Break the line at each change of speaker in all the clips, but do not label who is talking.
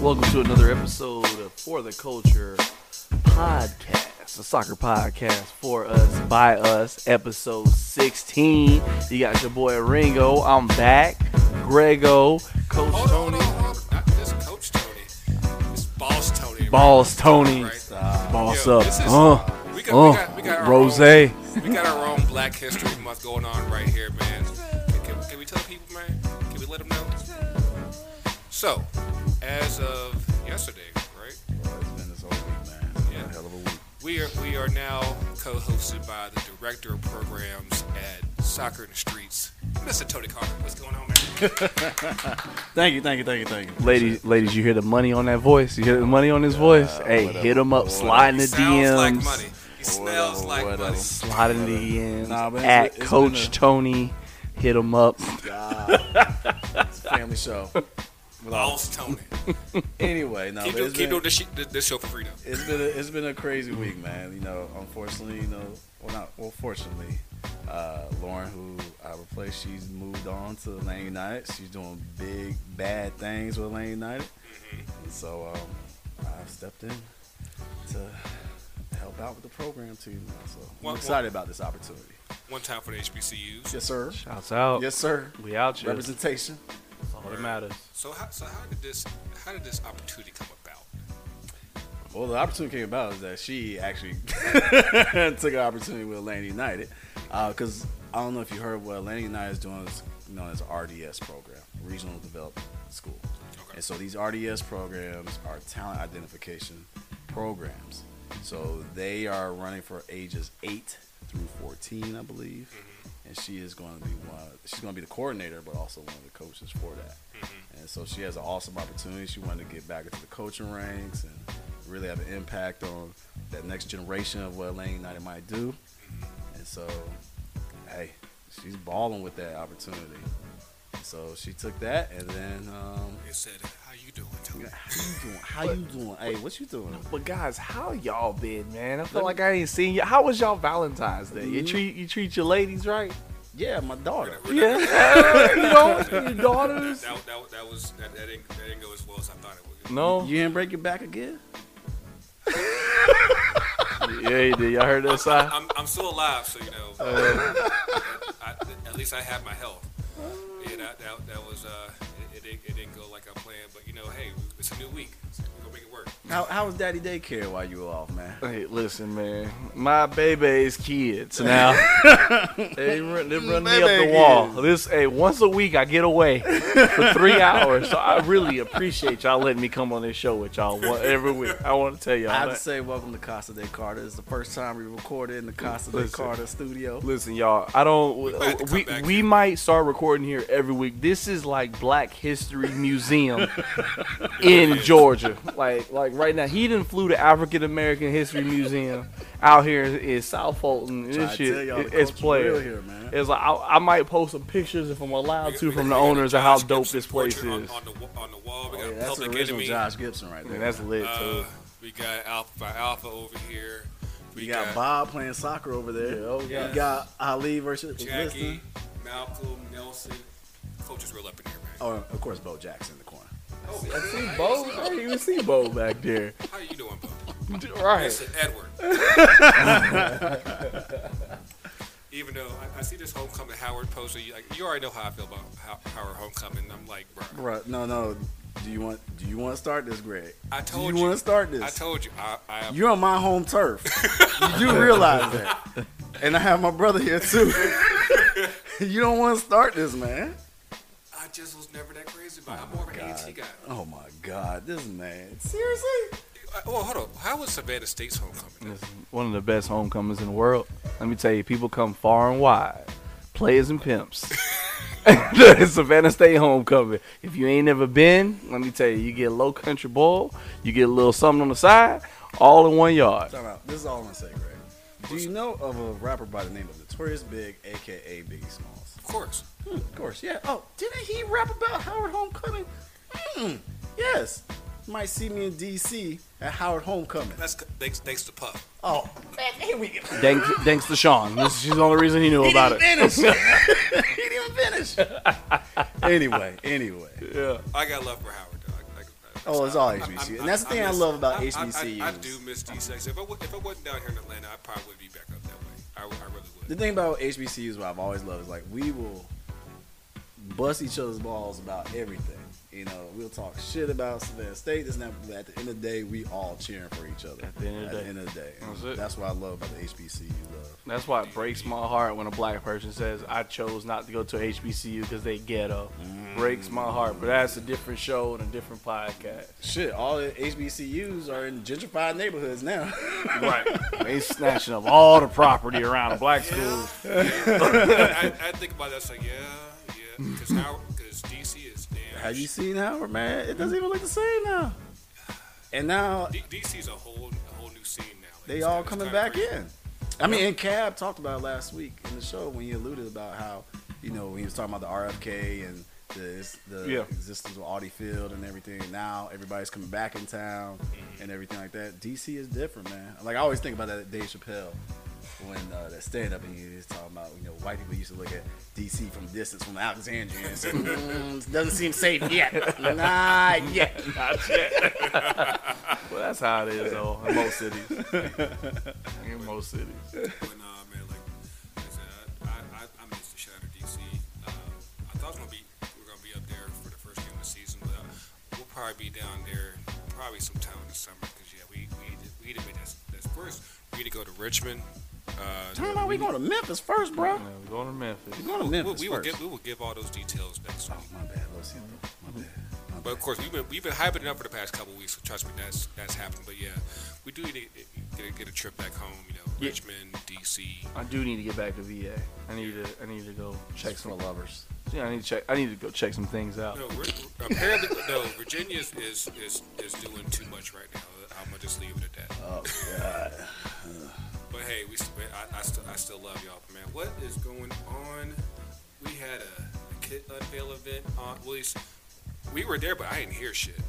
Welcome to another episode of For the Culture podcast, a soccer podcast for us by us, episode 16. You got your boy Ringo. I'm back. Grego, Coach
Hold on,
Tony,
hold on, hold on. Not just Coach Tony. It's Boss Tony. right?
Balls Tony,
Right.
Boss
Yo,
Up,
this is-
uh,
we got- we
uh,
got- we got our
Rose.
own- We got our own Black History Month going on right here, man. Can, can we tell the people, man? Can we let them know? So, as of yesterday, right?
It's been this whole week, man. It's been
Yeah.
a hell of a week.
We are we are now co-hosted by the director of programs at Soccer in the Streets, Mr. Tony Carter. What's going on, man?
Thank you, thank you, thank you, thank you.
Ladies, ladies, you hear the money on that voice? You hear the money on his voice? Hey,
whatever,
hit him up,
whatever.
slide in the
Sounds
DMs.
like money. He smells
Whatever,
like
whatever.
money.
Slide in the DMs
Nah, but it's-
at
it's been
Coach
a-
Tony. Hit him up.
It's a family show. With all-
Boss Tony.
anyway, no,
Keep
but
doing
it's
keep
been,
doing this, shit- this show for free though.
it's been a, it's been a crazy week, man. You know, unfortunately, you know, well not well, fortunately, uh, Lauren, who I replaced, she's moved on to Lane United. She's doing big bad things with Lane United,
Mm-hmm.
and so um, I stepped in to help out with the program team. Now, so
Well,
I'm excited about this opportunity.
One time for the HBCUs.
Yes, sir.
Shouts out.
Yes, sir.
We out here.
Representation.
That's all that matters.
So how, so how did this how did this opportunity come about?
Well, the opportunity came about is that she actually took an opportunity with Atlanta United, because I don't know if you heard what Atlanta United is doing is known as RDS program, Regional Development School,
Okay.
and so these RDS programs are talent identification programs. So they are running for ages eight through fourteen, I believe, and she is going to be one. She's going to be the coordinator, but also one of the coaches for that. And so she has an awesome opportunity. She wanted to get back into the coaching ranks and really have an impact on that next generation of what Atlanta United might do. And so, hey, she's balling with that opportunity. So she took that, and then um,
It said, "How you doing?" Tony?
how you doing? How you doing? Hey, what you doing?
But guys, how y'all been, man? I feel like I ain't seen you. How was y'all Valentine's Day? You
Mhm.
treat you treat your ladies right?
Yeah, my daughter.
Yeah. you know, your daughters.
That, that, that was that, that, didn't, that didn't go as well as I thought it would.
No.
You didn't break your back again?
Yeah, you did. Y'all heard that side?
I'm, I'm still alive, so you know.
Oh.
I, at least I have my health. Yeah, that, that, that was uh, it, it, didn't- it didn't go like I planned, but you know, hey, it's a new week. So we're gonna make it work.
How, how was daddy daycare while you were off, man?
Hey, listen, man. My baby's kids now. they run, they run me up the
Baby
wall.
kids.
This hey, once a week I get away for three hours. So I really appreciate y'all letting me come on this show with y'all one- every week. I want to tell
I
y'all.
have
that.
to say, welcome to Casa de Carter. It's the first time we recorded in the Casa de
Listen.
Carter studio.
Listen, y'all. I don't. We
might have to come
we,
back
we
here.
might start recording here every week. This is like Black History Museum in Georgia. Like like right now, he didn't flew to African American History Museum out here in South Fulton.
Trying
This
to
shit,
tell y'all the
it- it's
culture
player.
real here, man.
It's like I, I might post some pictures if I'm allowed to
We-
from
we
the
got a
owners of
Josh
how dope
Gibson
this place
portrait
is.
On, on, the, wa- on the wall, we got
Oh, Yeah,
a
that's the
Public
original
Enemy.
Josh Gibson right there.
Man, that's lit
Uh,
too.
we got Alpha by Alpha over here. We
You got, Bob playing soccer over there. oh,
yeah.
You got Ali versus
Jackie,
Liston.
Malcolm, Nelson. Coach is real up in here, man.
Oh, of course, Bo Jackson in the corner.
Oh,
I see Bo. I didn't even see Bo back there.
How you doing, Bo?
Right.
Listen, Edward. Even though I, I see this homecoming Howard poster, you, like, you already know how I feel about how, Howard homecoming. I'm like, bro,
Bruh, no, no. Do you want? Do you want to start this, Greg?
I told
do you. want to start this?
I told you, I, I
You're on my home turf. you do realize that. And I have my brother here too. you don't want to start this, man.
I just was never that crazy about. it. I'm more of an AT guy.
Oh my God, this man. Seriously?
Uh, Oh, hold on. How was Savannah State's homecoming?
It's one of the best homecomings in the world. Let me tell you, people come far and wide, players and pimps. it's Savannah State homecoming. If you ain't never been, let me tell you, you get a low country bowl, you get a little something on the side, all in one yard.
Time out. This is all I'm gonna say, Greg. Do you know of a rapper by the name of Notorious Big, aka Biggie Smalls?
Of course.
Hmm, of course, yeah. Oh, didn't he rap about Howard Homecoming? Hmm. Yes. Might see me in DC at Howard Homecoming.
That's c- thanks, thanks to Puff.
Oh, man, here we go.
Thanks, thanks to Sean. This, she's the only reason he knew about it.
finish. he didn't finish. anyway, anyway.
Yeah.
I got love for Howard. Though. I, I,
Oh, it's all HBCU,
I'm-
and that's the thing I,
miss-
love about
I- I- I-
HBCUs.
I, do miss D-Sex. If I, wa- if I wasn't down here in Atlanta, I probably would be back up that way. I, w- I really would.
The thing about HBCUs, what I've always loved is like we will bust each other's balls about everything. You know, we'll talk shit about Savannah State. This and that, but at the end of the day, we all cheering for each other.
At the end of the day.
end of the day. And
That's it.
what I love about the HBCU love.
That's why it breaks my heart when a black person says, I chose not to go to HBCU because they ghetto. Breaks my heart. But that's a different show and a different podcast.
Shit, all the HBCUs are in gentrified neighborhoods now.
Right. they snatching up all the property around the black
Yeah,
schools.
yeah. I, I, I think about that. It's like, yeah, yeah. Because DC is damn.
Have you seen Howard, man? It doesn't even look the same now. And now
D- DC's a whole, a whole new scene now. Like,
they
it's
all
kinda-
coming
it's kinda
back
crazy.
in. I mean, and Cab talked about it last week in the show when he alluded about how, you know, when he was talking about the RFK and the, the
Yeah.
existence of Audi Field and everything. Now everybody's coming back in town and everything like that. DC is different, man. Like I always think about that at Dave Chappelle when uh, that stand up and he was talking about, you know, white people used to look at DC from distance from Alexandria and say, "Mm, doesn't seem safe yet. nah, yet.
Well, that's how it is, though, in most cities. In most cities.
But nah, man, like, like I said, I, I, I miss the shot of DC. Um, I thought it was gonna be we are gonna be up there for the first game of the season, but uh, we'll probably be down there probably sometime in the summer because yeah, we we either- we either made that that's first. We need to go to Richmond. Uh,
Turn out we going to Memphis first, bro.
Yeah, we're going to Memphis.
We're going to
we,
Memphis
we will
first.
give we will give all those details next
Oh,
week.
my bad, Lo Siento. My bad. My
But
bad.
of course, we've been we've been hyping it up for the past couple of weeks. So trust me, that's that's happened. But yeah, we do need to get, a- get a trip back home. You know,
Yeah.
Richmond, DC.
I do need to get back to VA. I need to. I need to go check
Checks for
some.
lovers.
Yeah, I need to check. I need to go check some things out.
No, we're, apparently, no. Virginia is, is is is doing too much right now. I'm gonna just leave it at that.
Oh God.
But hey, we st- I, I still I still love y'all, man. What is going on? We had a kid unveil event on. Well, it's- we were there, but I didn't hear shit.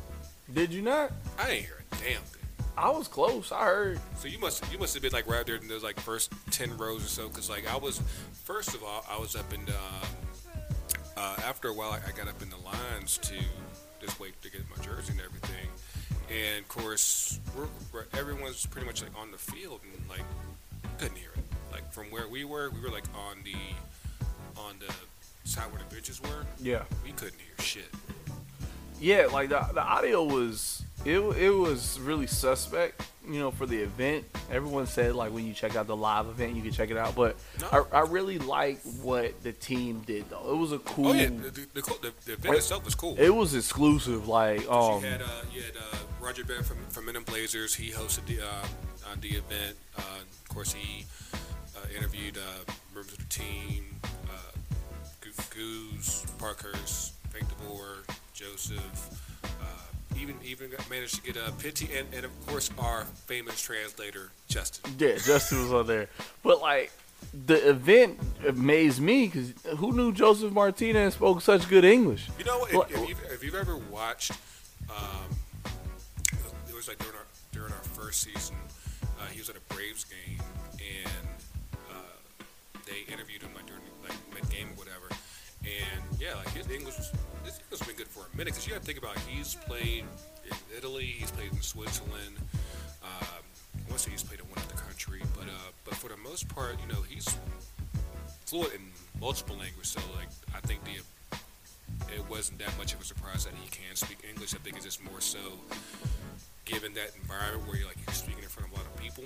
Did you not?
I didn't hear a damn thing.
I was close. I heard.
So you must you must have been like right there in those like first ten rows or so, because like I was first of all I was up in the, um, uh, after a while I, I got up in the lines to just wait to get my jersey and everything, and of course we're, we're, everyone's pretty much like on the field and like couldn't hear it like from where we were we were like on the on the side where the benches were
Yeah.
we couldn't hear shit.
Yeah, like the, the audio was it it was really suspect, you know, for the event. Everyone said like when you check out the live event, you can check it out. But
No.
I, I really like what the team did though. It was a cool.
Oh yeah, the the, the, co- the, the event
Wait.
itself was cool.
It was exclusive. Like
So
um,
you had uh, you had uh, Roger Bennett from from Men in Blazers. He hosted the uh, on the event. Uh, of course, he uh, interviewed uh, members of the team: uh, Goof Goose, Parkhurst, Frank DeBoer, Joseph. Uh, even even got- managed to get uh, Pitty and, and of course our famous translator Justin.
yeah, Justin was on there. But like the event amazed me because who knew Joseph Martinez spoke such good English?
You know, if,
Well-
if, you've, if you've ever watched, um, it was like during our during our first season, uh, he was at a Braves game, and uh, they interviewed him like during like mid game or whatever. And yeah, like his English was his English has been good for a minute because you got to think about he's played in Italy, he's played in Switzerland. Um, I want to say he's played in one other country, but uh, but for the most part, you know, he's fluent in multiple languages. So like, I think the it wasn't that much of a surprise that he can speak English. I think it's just more so given that environment where you're like you're speaking in front of a lot of people.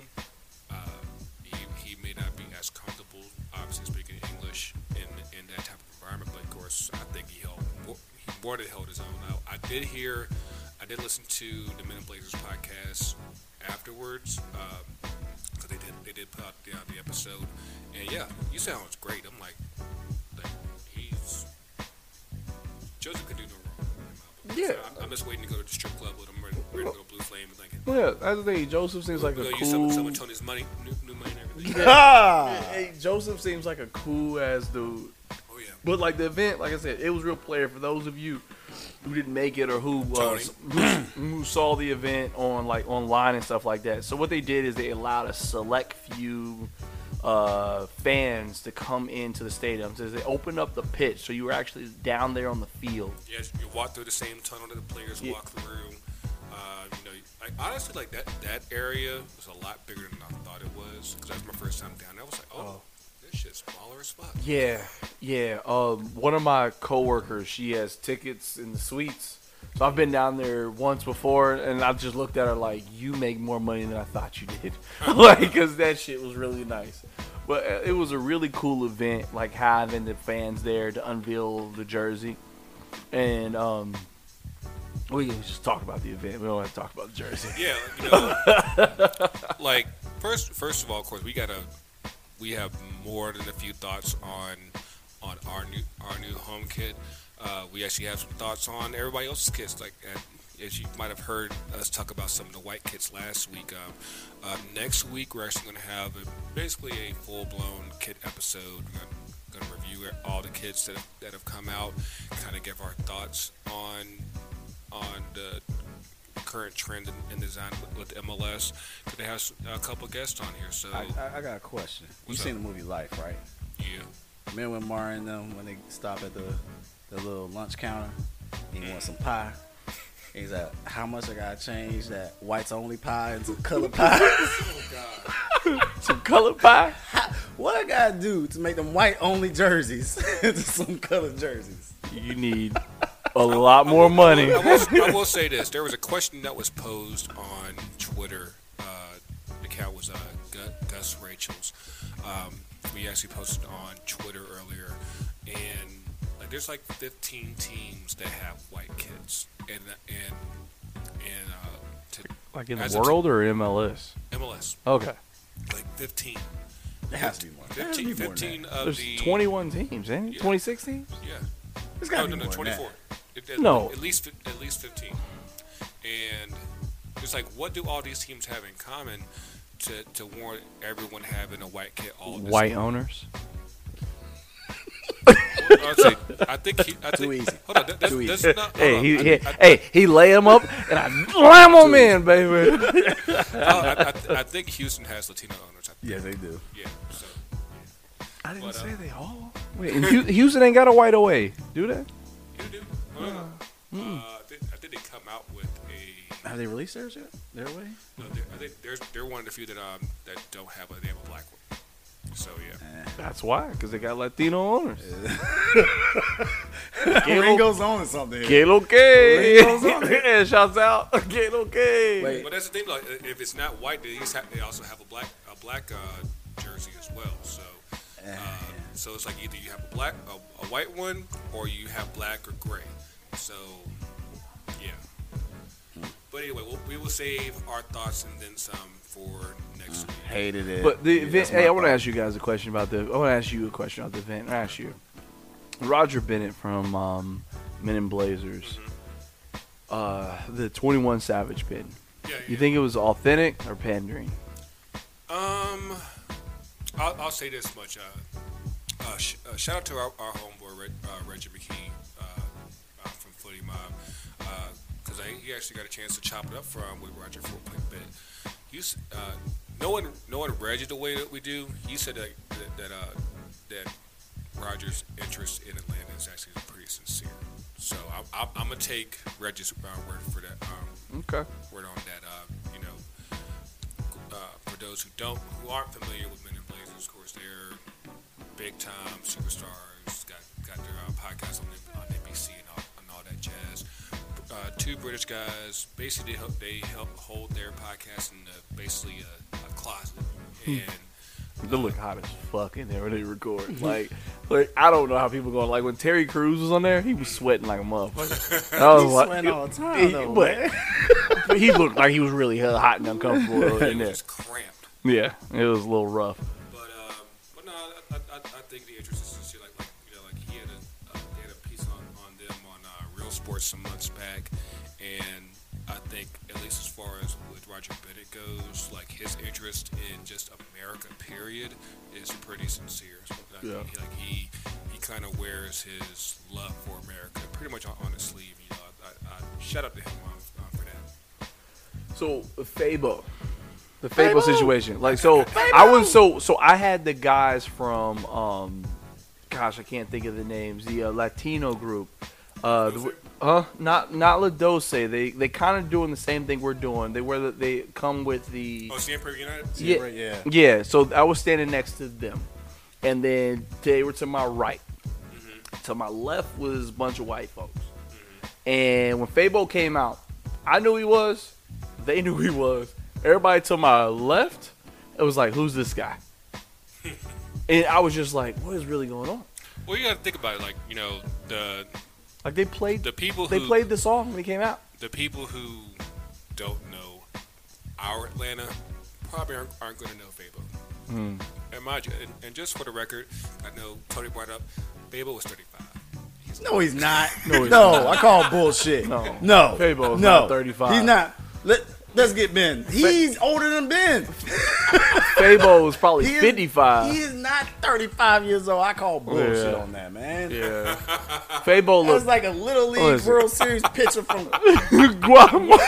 Uh, he, he may not be as comfortable, obviously speaking English in in that type of environment. But of course, I think he held more, he more than held his own. I, I did hear, I did listen to the Men in Blazers podcast afterwards. Um, 'cause they did, they did put out the, uh, the episode, and yeah, you sounds great. I'm like, like he's Joseph could do no wrong. in my book.
Yeah.
So I'm, I'm just waiting to go to the strip club with him. Ready, ready to go to Blue Flame and like,
Well, yeah, that's the thing. Joseph seems like
we
a
go use some, some
cool.
of Tony's money, new, new money and everything.
Yeah. Hey, Joseph seems like a cool ass dude.
Oh yeah.
But like the event, like I said, it was real player for those of you who didn't make it or who
Tony.
was who saw the event on like online and stuff like that. So what they did is they allowed a select few uh, fans to come into the stadium. So they opened up the pitch, so you were actually down there on the field.
Yes, you walk through the same tunnel that the players
Yeah.
walk through. Uh, you know, like honestly, like that that area was a lot bigger than I thought it was because that was my first time down. there. I was like, oh,
Oh.
this shit's smaller as fuck.
Yeah, yeah. Um, one of my coworkers, she has tickets in the suites. So I've been down there once before, and I just looked at her like, "You make more money than I thought you did," like because that shit was really nice. But uh, it was a really cool event, like having the fans there to unveil the jersey, and um, we can just talk about the event. We don't have to talk about the jersey.
Yeah, like, you know, like first, first of all, of course, we gotta, we have more than a few thoughts on, on our new, our new home kit. Uh, we actually have some thoughts on everybody else's kits. Like uh, as you might have heard us talk about some of the white kits last week. Um, uh, next week we're actually gonna have a, basically a full blown kit episode. We're gonna- gonna review all the kits that have, that have come out, kind of give our thoughts on, on the current trend in, in design with, with MLS. Could they have s- a couple guests on here? So
I, I, I got a question. You
What's
seen the movie Life, right?
yeah,
Remember when Mara and them when they stop at the the little lunch counter and he wants some pie? And he's like, How much I gotta change that whites only pie into color pie?
Some color pie.
what I gotta do to make them white only jerseys into some colored jerseys?
You need a lot more money.
I will, I will say this: there was a question that was posed on Twitter. Uh, the account was uh, Gu- Gus Rachel's. Um, we actually posted on Twitter earlier, and like, there's like 15 teams that have white kids, and and and uh, to
Like in
As
the
a-
world or MLS?
MLS,
Okay.
like 15,
There has to be more. There has
15,
to be more than
15
that.
of
There's
the
21 teams, ain't it?
Yeah.
26 teams?
Yeah.
There's
No,
gotta
Oh, no, no,
be more than that.
24. It- it-
No.
At least fif- at least 15. And it's like, what do all these teams have in common to, to warrant everyone having a white kit all at the
White owners.
same- I'd say- I think he, I think,
Too easy.
Hold on, that, that's,
Too
that's
easy.
not. hold
Hey,
on,
he,
I-
he-
I-
hey, he lay him up and I slam him in, baby.
I, I, I, I think Houston has Latino owners. I think.
Yes, they do.
Yeah. So
I didn't
But, uh,
say they all. Wait, and Hu- Houston ain't got a white away. Do that?
you do. I don't know.
Mm.
Uh, I, think, I think they come out with a.
Have they released theirs yet? Their way?
No, they're, I think there's, they're one of the few that um that don't have a they have a black one. So yeah.
That's why, because they got Latino owners.
Ringo's on or something.
Get okay.
Ringo's on
yeah, shouts out. Get okay.
Wait.
But that's the thing, like, if it's not white, they, just have, they also have a black a black uh, jersey as well. So, uh, so it's like either you have a black a, a white one or you have black or gray. So, yeah. But anyway, we'll, we will save our thoughts and then some for next week.
Hated it.
But the
Yeah,
event.
that's my
Hey, I want to
thought.
ask you guys a question about the. I want to ask you a question about the event. I ask you, Roger Bennett from um, Men in Blazers, uh, the Twenty One Savage pin.
Yeah,
You think it was authentic or pandering?
Um, I'll, I'll say this much. Uh, uh, sh- uh, shout out to our, our homeboy Reg, uh, Reggie McKee uh, uh, from Footy Mob because I he actually got a chance to chop it up from with Roger for a quick bit. You, s- uh, knowing knowing Reggie the way that we do, he said that that that, uh, that Roger's interest in Atlanta is actually pretty sincere. So I'm, I'm, I'm gonna take Reggie's uh, word for that. Um,
Okay.
word on that. Uh, you know, uh, for those who don't, who aren't familiar with Men in Blazers, of course, they're big time superstars. Got got their uh, podcast on, on NBC and all, and all that jazz. Uh, two British guys basically they help, they help hold their podcast in uh basically a, a closet. And
They look hot as fuck in there when they record. Like, like I don't know how people going. Like when Terry Crews was on there, he was sweating like a motherfucker. And I was
He's
like,
sweating all the time,
he-
though,
but, but he looked like he was really hot and uncomfortable
it
in
was
there.
just cramped.
Yeah, it was a little rough.
But um, but no, I, I, I- I think the interest is sincere. Like, like you know, like he had a uh, he had a piece on, on them on uh, Real Sports some months back, and I think at least as far as with Roger Bennett goes, like his interest in just America period is pretty sincere. So, I
Yeah.
think he, like he he kind of wears his love for America pretty much on, on his sleeve. You know, I, I, I shout out to him um, for that.
So Fabo, the Fabo, situation. Like so, I was so so I had the guys from um, gosh, I can't think of the names. The uh, Latino group. Uh, the, Huh? Not not La Dose. They they kind of doing the same thing we're doing. They wear the, they come with the
Oh, Siempre United.
Yeah.
right, yeah.
yeah. So I was standing next to them, and then they were to my right. To my left was a bunch of white folks, and when Fabo came out, I knew he was. They knew he was. Everybody to my left, it was like, who's this guy? and I was just like, what is really going on?
Well, you got to think about it. Like you know, the
Like they played
the people
they
who
played the song when it came out.
the people who don't know our Atlanta probably aren't, aren't going to know Fabo. And mind you, and, and just for the record, I know Tony brought up Fabo was 35.
No, he's not.
No,
No,
he's
I call bullshit.
No.
No, no,
Fable's not 35.
He's not. Let Let's get Ben. He's older than Ben.
Fabo was probably
He is-
55.
He is not 35 years old. I call bullshit
Yeah.
on that, man.
yeah. Fabo
That's
looked
like a little league
Listen.
World Series pitcher from.
Guatemala.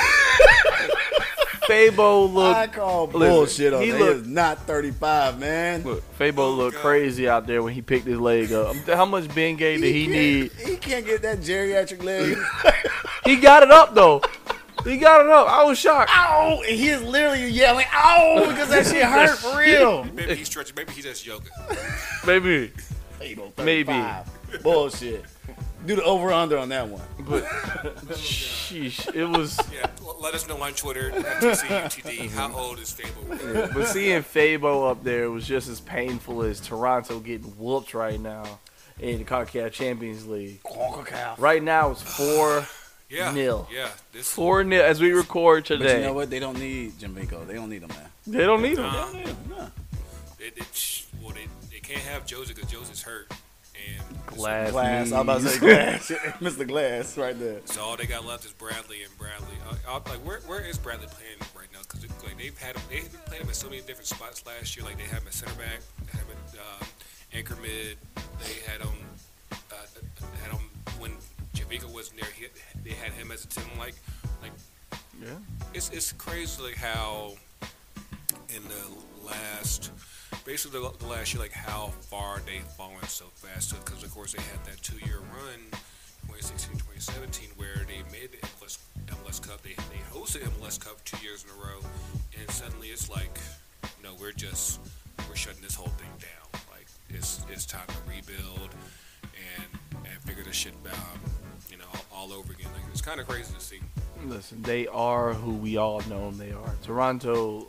Fabo
I
looked
call
listen,
bullshit on
he
that.
look-
he is not 35, man.
look, Fabo
Oh,
looked
God.
crazy out there when he picked his leg up. I'm- How much Bengay did he
can't-
need?
He can't get that geriatric leg.
He got it up though. He got it up. I was shocked.
ow! And he is literally yelling, ow! Because that shit hurt for real.
Maybe he stretches. Maybe he does yoga.
Maybe.
Fable
Maybe.
35. Bullshit. Do the over under on that one.
But sheesh. It was
Yeah, l- let us know on Twitter, FTC UTD, how old is Fable?
but seeing Fabo up there was just as painful as Toronto getting whooped right now in the CONCACAF Champions League.
Concacaf.
Right now it's four
Yeah,
Nil.
yeah. This
four nil as we record
But
today.
you know what? They don't need Jimbico. They don't need him, man.
They don't need him.
Nah.
Nah.
it, it, sh- well, they, they can't have Joseph because Joseph's hurt, and
Glass.
Glass. I'm about to
knees.
say glass. Mr. Glass right there.
so all they got left is Bradley and Bradley. I, I'm like, where, where is Bradley playing right now? Because like they've had him, they've been playing him in so many different spots last year. Like they had him at center back, they had him at um, anchor mid, they had him, uh, had him when Javica wasn't there. He, they had him as a ten. Like, like
Yeah.
it's it's crazy like how in the last basically the, the last year like how far they've fallen so fast because of course they had that two year run 2016 2017 where they made the MLS, MLS Cup they, they hosted MLS Cup two years in a row and suddenly it's like no we're just we're shutting this whole thing down like it's it's time to rebuild and and figure this shit out you know all, all over again like it's kind of crazy to see
Listen, they are who we all know them they are. Toronto,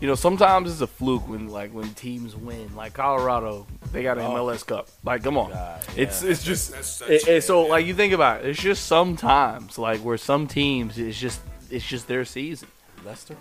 you know, sometimes it's a fluke when like when teams win. Like Colorado, they got an
Oh.
MLS Cup. Like, come on,
God,
it's
yeah.
it's just
That's such
it, it- so
a-
like you think about it. It's just sometimes like where some teams it's just it's just their season.
Lester?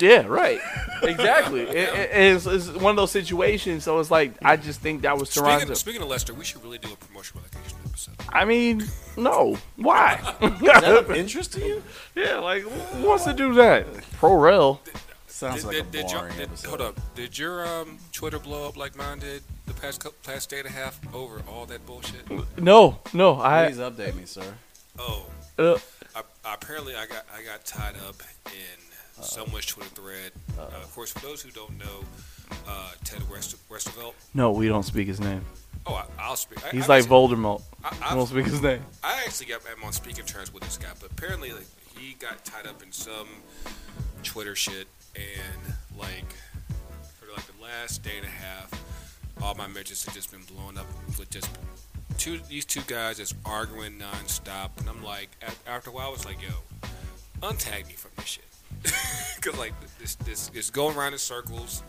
Yeah, right. Exactly. It- it- it's, it's one of those situations. So it's like I just think that was Toronto.
Speaking, speaking of Lester, we should really do a promotional relocation episode.
I mean, no. Why?
Is that of interest to you?
yeah, like who wants to do that? Pro rel.
Sounds like a
your-
boring
did-
episode.
hold up. Did your um, Twitter blow up like mine did the past couple, past day and a half over all that bullshit?
No, no. I
Please update me, sir.
Oh,
uh,
I, apparently I got I got tied up in someone's Twitter thread. Uh, of course, for those who don't know, uh, Ted West, Westervelt.
no. We don't speak his name.
Oh, I, I'll speak. I,
He's
I've
like
seen-
Voldemort.
I-
We don't
I've-
speak his name.
I actually am am on speaking terms with this guy, but apparently like, he got tied up in some Twitter shit, and like for like the last day and a half, all my mentions have just been blown up with just two these two guys just arguing nonstop, and I'm like, af- after a while, I was like, yo, untag me from this shit, because like this this is going around in circles,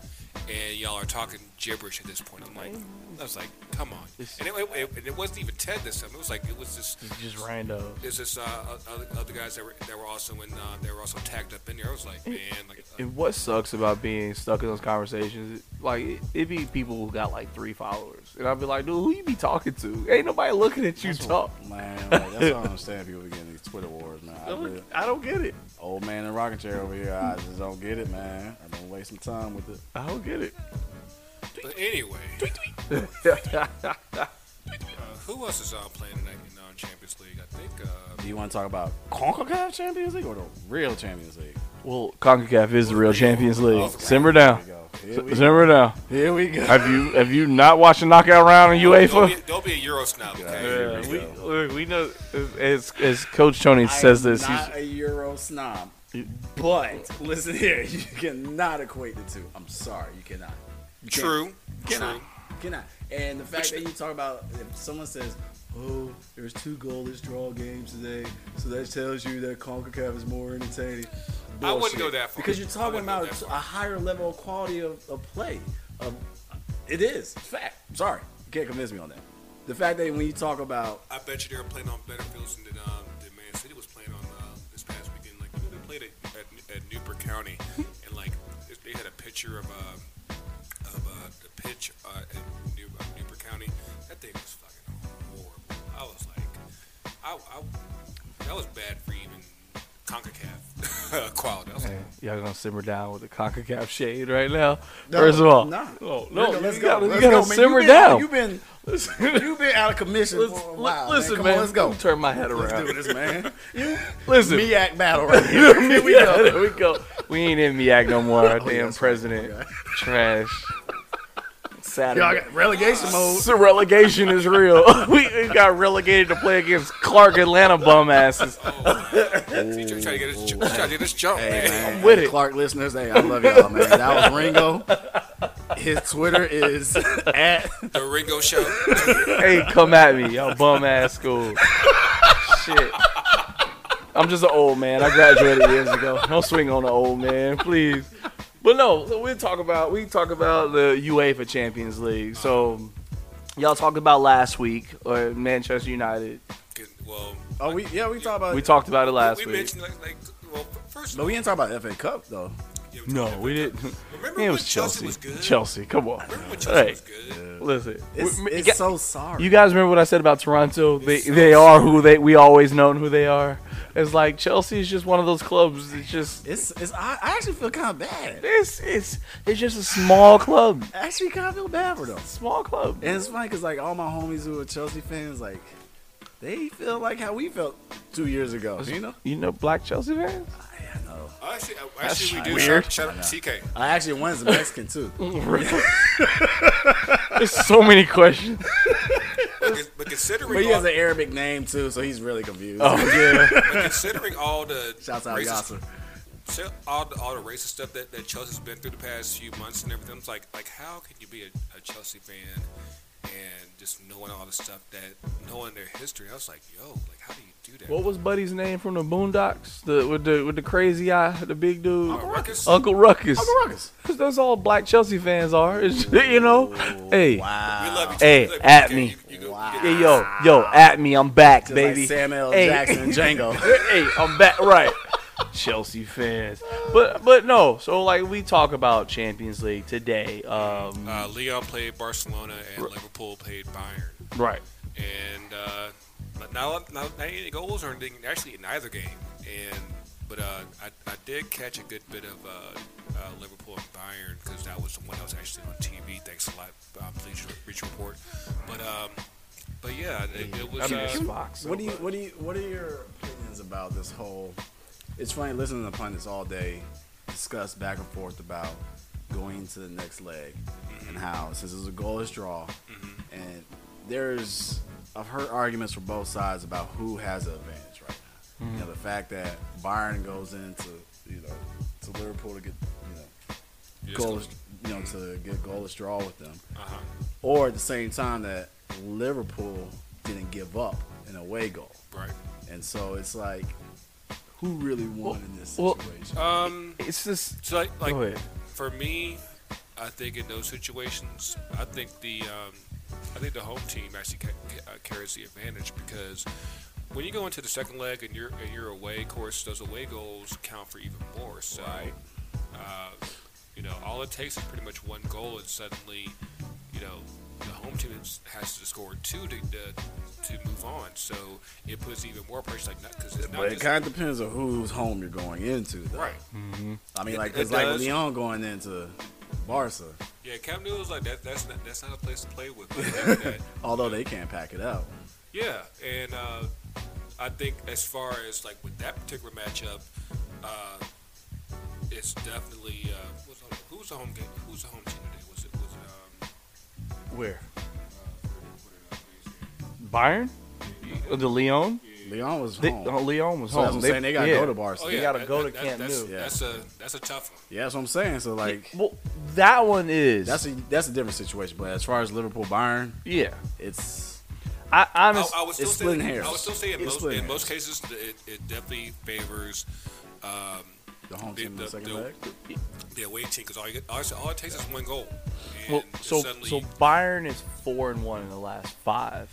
and y'all are talking gibberish at this point. I'm like, I was like, come on, and it, it, it, it wasn't even Ted this time. It was like it was just
It's just random.
there's this uh, other, other guys that were that were also in uh, they were also tagged up in there. I was like, man, like uh,
And what sucks about being stuck in those conversations, like it, it be people who got like three followers, and I'd be like, dude, who you be talking to? Ain't nobody looking at you
That's
talk.
what- Man, like, that's what I don't understand people getting these Twitter wars, man.
I
I really,
don't, I don't get it.
old man in rocking chair over here. I just don't get it, man. I've been wasting time with it.
I don't get it.
but anyway, uh, who else is uh, playing tonight in non Champions League? I think uh,
Do you want to talk about CONCACAF Champions League or the real Champions League?
well, CONCACAF is the real Champions League.
Oh,
Simmer
there
down.
we go. Here we,
Simmer down.
here we go.
Have you have you not watched the knockout round in
Don't
UEFA?
be, don't be a Euro snob, okay?
Yeah,
Yeah. we
we,
go.
look, we know as as Coach Tony
I
says
am
this. He's,
Not a Euro snob, but listen here, you cannot equate the two. I'm sorry, you cannot. You can't-
True.
Cannot.
True.
Cannot. And the fact
Which-
that you talk about if someone says, "Oh, there's two goalless draw games today," so that tells you that Concacaf is more entertaining.
I wouldn't
Bullshit.
go that far.
because you're
I
talking
wouldn't go
about
that
a
far.
higher level of quality of, of play. Of, it is It's fact. I'm sorry, you can't convince me on that. The fact that when you talk about
I bet you they were playing on better fields than um, the Man City was playing on uh, this past weekend. Like they played at, at, at Newport County, and like they had a picture of uh, of uh, the pitch uh, at New, uh, Newport County. That thing was fucking horrible. I was like, I, I that was bad for even Concacaf quality. I was like,
Man, y'all gonna simmer down with the Concacaf shade right now?
No,
First of all,
nah.
no, no,
Nigga,
you
let's
gotta,
go.
you
Let's
gotta
go, man.
simmer
you been,
down.
You've been you've been out of commission
Let's-
for a
li-
while.
listen,
man. Come
man.
on, let's go.
Let me turn my head
Let's
around.
do this, man.
Listen,
Miak battle right here. Here we go. Oh,
there we go. We ain't in MEAC no more. Our damn
yes,
president, trash.
Y'all
Saturday.
got relegation mode.
So relegation is real. we we got relegated to play against Clark Atlanta bum asses.
oh, teacher trying to get his, trying to get his jump,
Hey,
man.
man.
with
Hey,
it.
Clark listeners, hey, I love y'all, man. That was Ringo. His Twitter is at
The Ringo show.
hey, come at me, y'all bum ass school. Shit. I'm just an old man. I graduated years ago. Don't swing on the old man, please. But no, so we talk about we talk about the UEFA Champions League. So y'all talked about last week or Manchester United.
well,
Oh we yeah, we talked about
We talked about it last
we
week.
mentioned like, like well, first.
But we didn't talk about FA Cup though.
yeah, we
no,
talked
we
about-
didn't.
Remember
It
when
was Chelsea.
was good?
Chelsea, come on.
Remember when Chelsea
Hey,
was good?
listen.
It's,
We-
it's
you-
so sorry.
You guys remember what I said about Toronto? They
It's so
they are who they we always known who they are. It's like Chelsea is just one of those clubs. It's just
it's it's I, I actually feel kinda bad.
it's it's it's just a small club,
I actually kinda feel bad for them.
small club.
And it's funny because like all my homies who are Chelsea fans, like they feel like how we felt two years ago. You know?
you know black Chelsea fans,
I, I know.
Oh, Actually, actually we do.
weird.
Shout, shout out to TK.
I actually won as a Mexican too.
there's so many questions.
But, but considering,
But he has
all,
an Arabic name too, so he's really confused.
Oh yeah,
but considering all the
Shouts out
racist,
Yasser.
so all the all the racist stuff that, that Chelsea's been through the past few months and everything, it's like like how can you be a, a Chelsea fan and just knowing all the stuff that knowing their history? I was like, yo, like how do you do that?
what was Buddy's name from the Boondocks? The with the with the crazy eye, the big dude,
Uncle Ruckus.
Uncle Ruckus.
Uncle Ruckus.
That's- That's all black Chelsea fans are. It's, you know, hey.
Oh, Wow.
we love you.
Hey,
Chelsea.
at
You-
me.
you- you go-
Wow.
you
Yeah,
get-
yo, yo, at me, I'm back,
Just
baby.
like Sam L.
Hey.
Jackson and Django.
hey, I'm back. Right. Chelsea fans. But but no, so like we talk about Champions League today. Um
Uh, Leon played Barcelona and Liverpool played Bayern.
right.
and uh, but not, not, not any goals or anything actually in either game. And but uh, I, I did catch a good bit of uh, uh, Liverpool and Bayern because that was the one I was actually on TV. Thanks a lot, uh, please re- reach report. But um, but yeah, it, it was. Uh,
Fox.
What do you what do you what are your opinions about this whole it's funny listening to pundits all day discuss back and forth about going to the next leg
Mm-hmm.
and how since it's a goalless draw and there's I've heard arguments from both sides about who has the advantage right now.
Mm-hmm.
You know, the fact that Byron goes into you know to Liverpool to get you know
Yes.
goalless, you know, to get goalless draw with them,
uh-huh.
or at the same time that Liverpool didn't give up an away goal,
Right.
and so it's like, who really won in this
well-
situation?
Um,
It's just
so like,
Go
like
ahead.
for me, I think in those situations, I think the um, I think the home team actually ca- ca- uh, carries the advantage because when you go into the second leg and you're and you're away, of course, those away goals count for even more. So, uh, you know, all it takes is pretty much one goal, and suddenly, you know, the home team has- has to score two to, to, to move on. So it puts even more pressure, like not because it's not
But it
just,
kind of depends on whose home you're going into, though.
right.
I mean, like
It-
because
it
like
does.
Leon going into Barca,
Yeah, Camp Newton's like that. That's not that's not a place to play with. I think that-
although they can't pack it out.
Yeah, and uh, I think as far as like with that particular matchup, uh, it's definitely uh, what's the, who's the home game? Who's the home team today? Was it was it um,
Where?
uh, what did I say?
Bayern? Uh, The Leon?
Leon was
They,
home.
oh, Leon was
So
home.
that's what I'm saying. They got to
yeah.
go to Barca.
Oh,
You
yeah,
gotta go to Camp
that's,
Nou.
Yeah.
That's a that's a tough one.
Yeah, that's what I'm saying. So like,
Well, that one is.
that's a that's a different situation. But as far as Liverpool Bayern,
yeah.
it's
I
I,
honestly.
I would still
it's
say
splitting hairs.
I would still say in
It's
most
splitting
in most cases it, it definitely favors um,
the home
The-
team in the
the-
second
the-
leg.
the away team because all, you get- all, all it takes is one goal. And
Well, so
suddenly,
so Bayern is four and one in the last five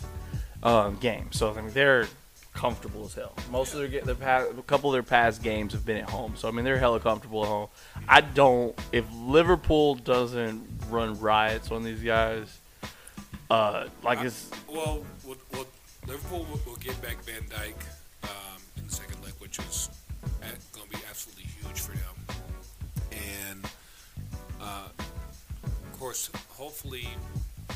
um, games. So I mean they're comfortable as hell. Most of their get their past, a couple of their past games have been at home. So I mean they're hella comfortable at home. I don't if Liverpool doesn't run riots on these guys, uh, like
I-
it's
well, well, well, Liverpool will, will get back Van Dyke um, in the second leg, which is going to be absolutely huge for them. And uh, of course, hopefully,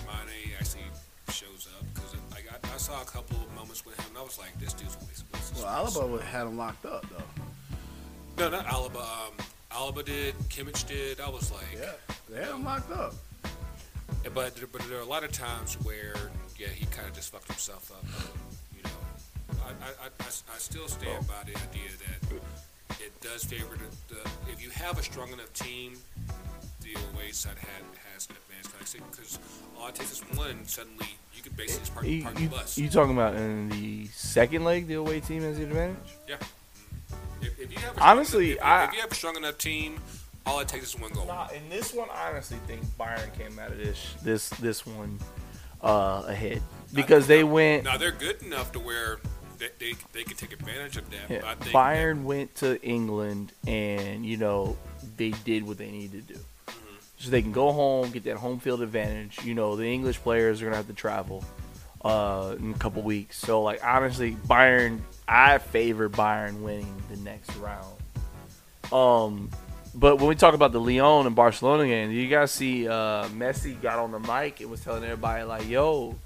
Mane actually shows up because like, I, I saw a couple of moments with him, and I was like, "This dude's a waste." of- this is-
Well, Alaba had him locked up though.
No, not Alaba. Um, Alaba did. Kimmich did. I was like,
Yeah, they had him locked up.
But but there are a lot of times where yeah he kind of just fucked himself up. You know, I, I, I, I- I still stand by the idea that it does favor the, the if you have a strong enough team, the away side had, has an advantage. Like because all it takes is one, and suddenly you can basically just park,
you,
park the
you,
bus.
you talking about in the second leg the away team has the advantage.
yeah. If, if you have a strong
Honestly,
enough, if,
I-
if you have a strong enough team, all it takes is one goal.
Nah, in this one, I honestly think Byron came out of this this this one uh, ahead because they went.
Now they're good enough to where they they, they can take advantage of that.
Yeah,
But I think
Bayern went to England and you know they did what they needed to do,
Mm-hmm.
so they can go home, get that home field advantage. You know the English players are gonna have to travel uh, in a couple weeks, so like honestly, Bayern, I favor Bayern winning the next round. Um, but when we talk about the Lyon and Barcelona game, you guys see uh, Messi got on the mic and was telling everybody like, "Yo,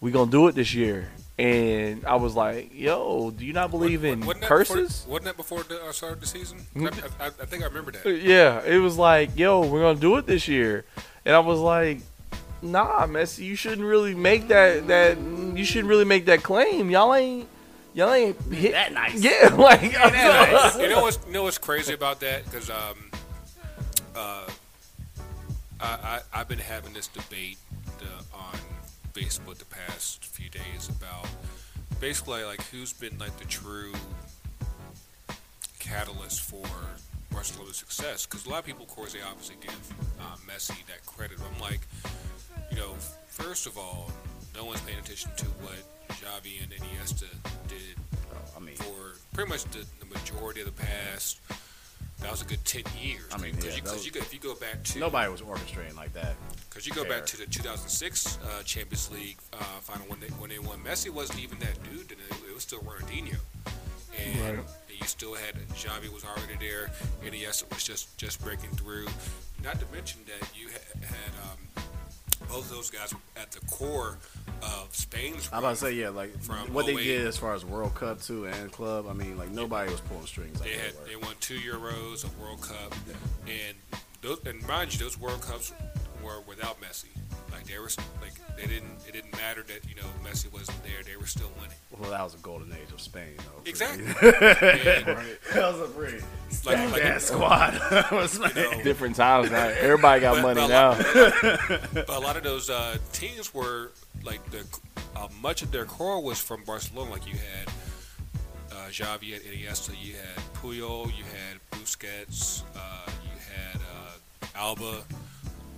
we gonna do it this year." And I was like, "Yo, do you not believe in
Wasn't that
curses?"
Before, wasn't that before the uh, start of the season? I,
Mm.
I, I think I remember that.
yeah, it was like, "Yo, we're gonna do it this year," and I was like, "Nah, Messi, you shouldn't really make that that you shouldn't really make that claim. Y'all ain't y'all ain't hit
That nice.
Yeah, like
you know what's you know what's crazy about that? Because um, uh, I, I I've been having this debate uh, on Facebook the past few days about basically like who's been like the true catalyst for Barcelona's success. Because a lot of people, of course, they obviously give uh, Messi that credit. I'm like, you know, first of all, no one's paying attention to what Xavi and Iniesta did
Oh, I mean,
for pretty much the, the majority of the past. That was a good ten years.
I mean,
because
yeah,
you,
that
'cause
was-
you go, if you go back to
nobody was orchestrating like that.
because you go back to
Fair.
the 2006 uh, Champions League uh, final when they, when they won, Messi wasn't even that dude, and it, it was still Ronaldinho, and
Right.
you still had Xavi was already there, and yes, it was just just breaking through. Not to mention that you ha- had um, both of those guys were at the core of Spain's.
I about to
run.
say yeah, like
From
what they
08.
did as far as World Cup too and club. I mean, like nobody was pulling strings like
They had
that.
they won two Euros, a World Cup, and those and mind you, those World Cups were without Messi. Like they were s- like they didn't it didn't matter that you know Messi wasn't there. They were still winning.
Well, that was a golden age of Spain, though. for-
Exactly.
that was a pretty
Like, like
bad squad. was like,
you know,
different times now. Everybody got
But-
money
but
now.
but a lot of those uh, teams were like the uh, much of their core was from Barcelona. Like you had uh, Xavi, you had Iniesta, you had Puyol, you had Busquets, uh, you had uh, Alba.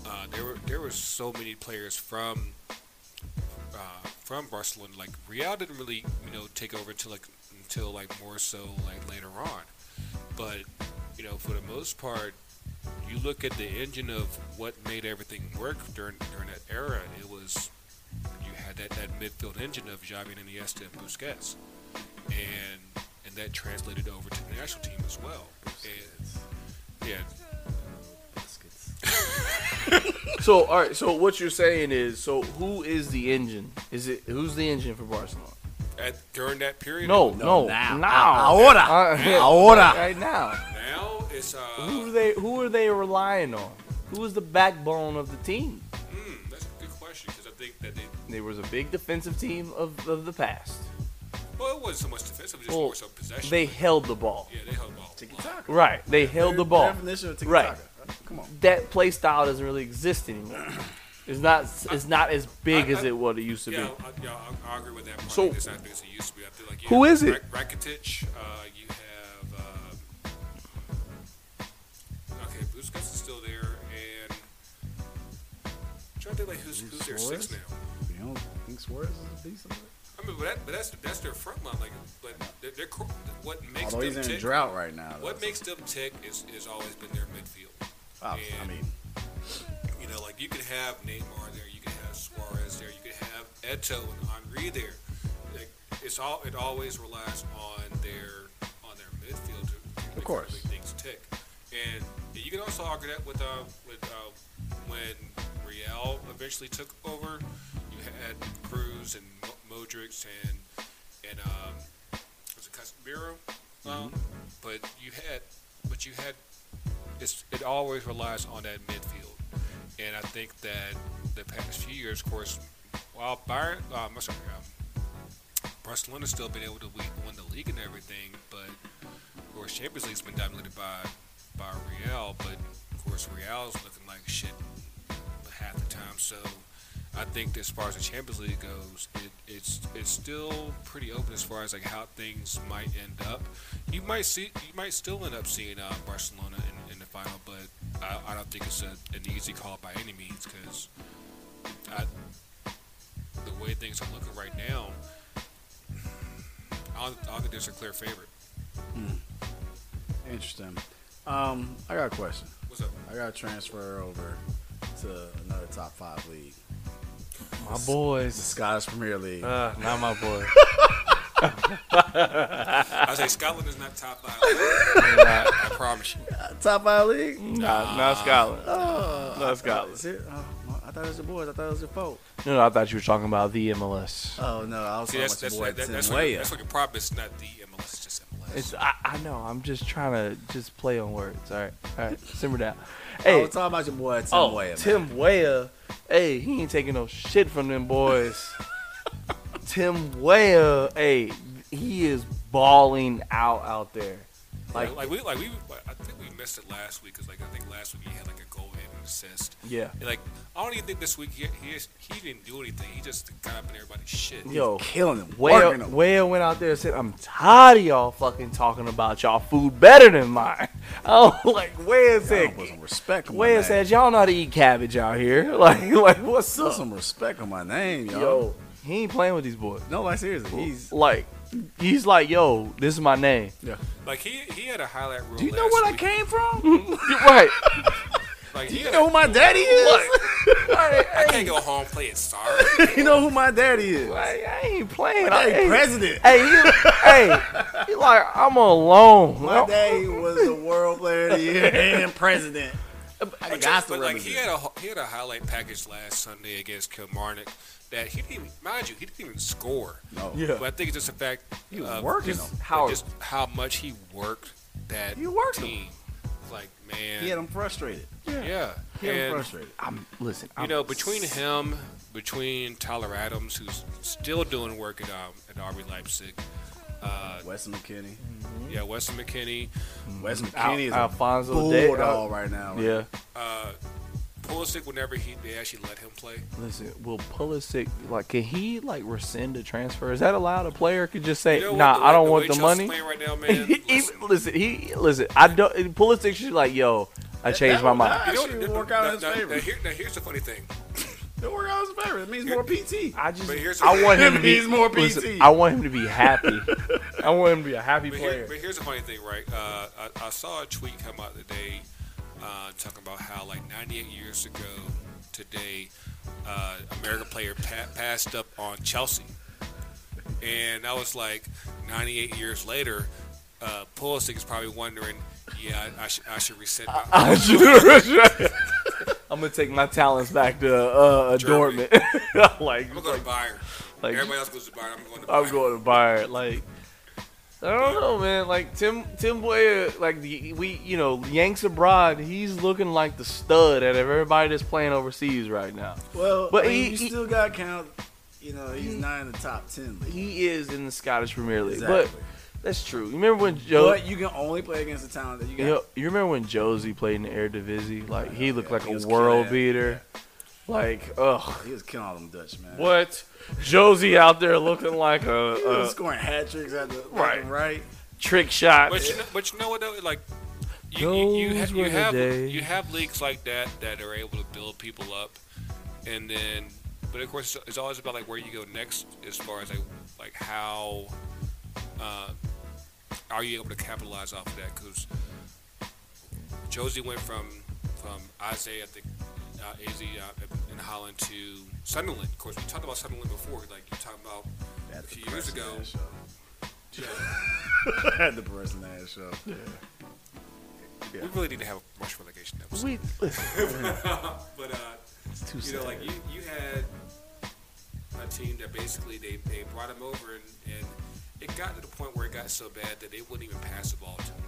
Uh, there were there were so many players from uh, from Barcelona. Like Real didn't really you know take over until like until like more so like later on. But you know for the most part, you look at the engine of what made everything work during during that era, it was you had that, that midfield engine of Xavi and Iniesta and Busquets, and and that translated over to the national team as well. And yeah,
So all right, so what you're saying is, so who is the engine? Is it who's the engine for Barcelona?
at, during that period,
No,
it was-
no,
now.
now,
Ahora.
Uh, yeah,
Ahora.
right now.
now It's uh,
Who are they? Who are they relying on? Who is the backbone of the team?
hmm, that's a good question because I think that they.
There was a big defensive team of, of the past.
Well, it wasn't so much defensive, just
Well,
more so possession.
They held the ball.
yeah, they held the ball.
Tiki Taka.
Right. They held the ball.
Definition of tiki
Right.
taka. Come on.
That play style doesn't really exist anymore. It's not. It's not as big as it what it used to be.
Yeah, I, yeah, I, I agree with that. Part.
So-
it's not big as it used to be. I feel like you
Who
have
is it?
Rak- Rakitic. Uh, you have. Uh, okay, Busquets is still there, and I'm trying to think like who's who's their six now.
Suarez? You don't think Suarez is a decent?
I mean, but, that, but that's that's their front line. Like, but they're, they're cr- what makes
Although he's
them
in
tick.
drought right now.
What
though,
makes them tick is has always been their midfield.
so- I mean,
You know, like you could have Neymar there, you could have Suarez there, you could have Eto and Henri there. Like it's all it always relies on their on their midfield to- to make
course.
really things tick. And you can also argue that with uh with uh, when Real eventually took over, you had Cruz and Mo- Modric and and um was it Casemiro? Um, but you had but you had it's, it always relies on that midfield. And I think that the past few years, of course, while Bayern, uh, I'm sorry, um, Barcelona's still been able to win, win the league and everything, but of course, Champions League's been dominated by by Real, but of course, Real's looking like shit half the time. So I think that as far as the Champions League goes, it, it's it's still pretty open as far as like how things might end up. You might see you might still end up seeing uh, Barcelona in, in the final, but I, I don't think it's a, an easy call by any means because the way things are looking right now, I don't, I don't think there's a clear favorite.
interesting. Um, I got a question.
What's up?
I got to transfer over to another top five league,
My
the
boys.
Scottish Premier League.
Uh, not my boys.
I say Scotland is not top five. I
not,
promise you.
top five league?
not, not Scotland.
Oh,
Not
is
Scotland.
it? Oh, I thought it was your boys. I thought it was your folk.
No, no, I thought you were talking about the MLS.
Oh no, I was
See,
talking
that's
about your
that's,
boy
that,
Tim
that's, what,
Weah.
that's what your problem is. Not the MLS, it's just MLS.
It's I, I know. I'm just trying to just play on words. All right, all right. Simmer down.
I
Hey,
was talking about your boy Tim
oh,
Weah. man.
Tim Weah. Hey, he ain't taking no shit from them boys. Tim Weah. Hey, he is balling out out there.
Like,
Like,
like we, like we, I think we missed it last week because, like, I think last week he had like a goal and an assist.
yeah.
And, like, I don't even think this week he he, is, he didn't do anything. He just got up in everybody's shit.
Yeah. Yo,
killing him, working
Weah,
him.
Weah went out there and said, "I'm tired of y'all fucking talking about y'all food better than mine." Oh, like Weah
Y'all
said,
put some respect on my
Wes
name.
said, y'all know how to eat cabbage out here. Like, like what's
Put
up?
some respect on my name, yo.
Yo, he ain't playing with these boys.
No, like seriously, he's.
He's like, he's like, yo, this is my name.
Like, he he had a highlight reel.
Do you know
last
where I
week.
came from?
You're right.
Like,
Do
he
you
had
know
a,
who my daddy is?
Like,
I can't go home playing sorry.
you know who my daddy is?
like, I ain't playing. I,
Hey,
hey,
president.
hey, he, hey, he like, I'm alone.
My daddy was the world player of the year and president. I got to
but like he had
represent.
a he had a highlight package last Sunday against Kilmarnock that he didn't even, mind you he didn't even score.
No.
Yeah.
But I think it's just the fact
He was
of
working
just,
them.
Howard.
just how much he worked that
He worked them.
team. Like man,
He had him frustrated.
yeah,
He had him
and
frustrated.
I'm listen.
you
I'm,
know between him, between Tyler Adams who's still doing work at um, at RB Leipzig,
Mm-hmm.
uh,
Weston McKinney.
yeah Weston McKinney,
Weston
Al-
McKinney is a
Alfonso De-
bulldog right now.
uh, yeah.
uh, Pulisic whenever he they actually let him play.
Listen, will Pulisic like can he like rescind a transfer? Is that allowed? A player could just say,
You know what,
"Nah,
the
I
way-
don't
the
want
way
the
Chelsea's
money."
playing right now, man.
He- he-
listen.
listen, he listen. I don't. Pulisic should like, yo, I changed my mind.
You know what-
Actually, work out in his
now,
favor.
Now, here, now here's the funny thing.
Don't worry out his favor. It means more PT.
I just,
But here's the
I
thing.
want him to
Him
be
needs more
listen,
PT.
I want him to be happy. I want him to be a happy
But, here,
player.
but here's the funny thing, right? Uh, I, I saw a tweet come out today uh, talking about how like 98 years ago today, uh, American player pa- passed up on Chelsea, and I was like, 98 years later, uh, Pulisic is probably wondering, yeah, I, I, should, I should reset my
I'm gonna take my talents back to uh,
Germany.
Dortmund. like,
I'm gonna go to Bayern.
like
Everybody else goes to Bayern. I'm going to Bayern.
I'm going to Bayern. Like, I don't know, man. Like Tim Tim Boyer, like the, we you know Yanks abroad. He's looking like the stud out of everybody that's playing overseas right now.
Well,
But
but he,
he- he-
still got count. You know, he's
He-
not in the top ten. League.
He is in the Scottish Premier League,
Exactly.
but that's true. You remember when Joe?
but you can only play against the talent that you got.
You, know, you remember when Josie played in the Eredivisie? Like he looked
Yeah,
like
he was
a world
killing it.
beater. Like, ugh,
He was killing all them Dutch man.
what? Josie out there looking like
He was
a, a
scoring hat tricks at the
Right.
right, right.
trick shot.
But you know, but you know what though, like you you, you,
Those
ha- you
were the
have
days.
you have leagues like that that are able to build people up, and then but of course it's always about like where you go next as far as like like how uh, are you able to capitalize off of that because Josie went from from Isaiah I think uh, AZ uh, in Holland to Sunderland. Of course, we talked about Sunderland before. Like you talking about
At the
few years
Preston
ago.
Nash show. At the Preston Nash show.
we really need to have a much relegation episode.
we,
but uh, you know, like you, you had a team that basically they, they brought him over and, and it got to the point where it got so bad that they wouldn't even pass the ball to him.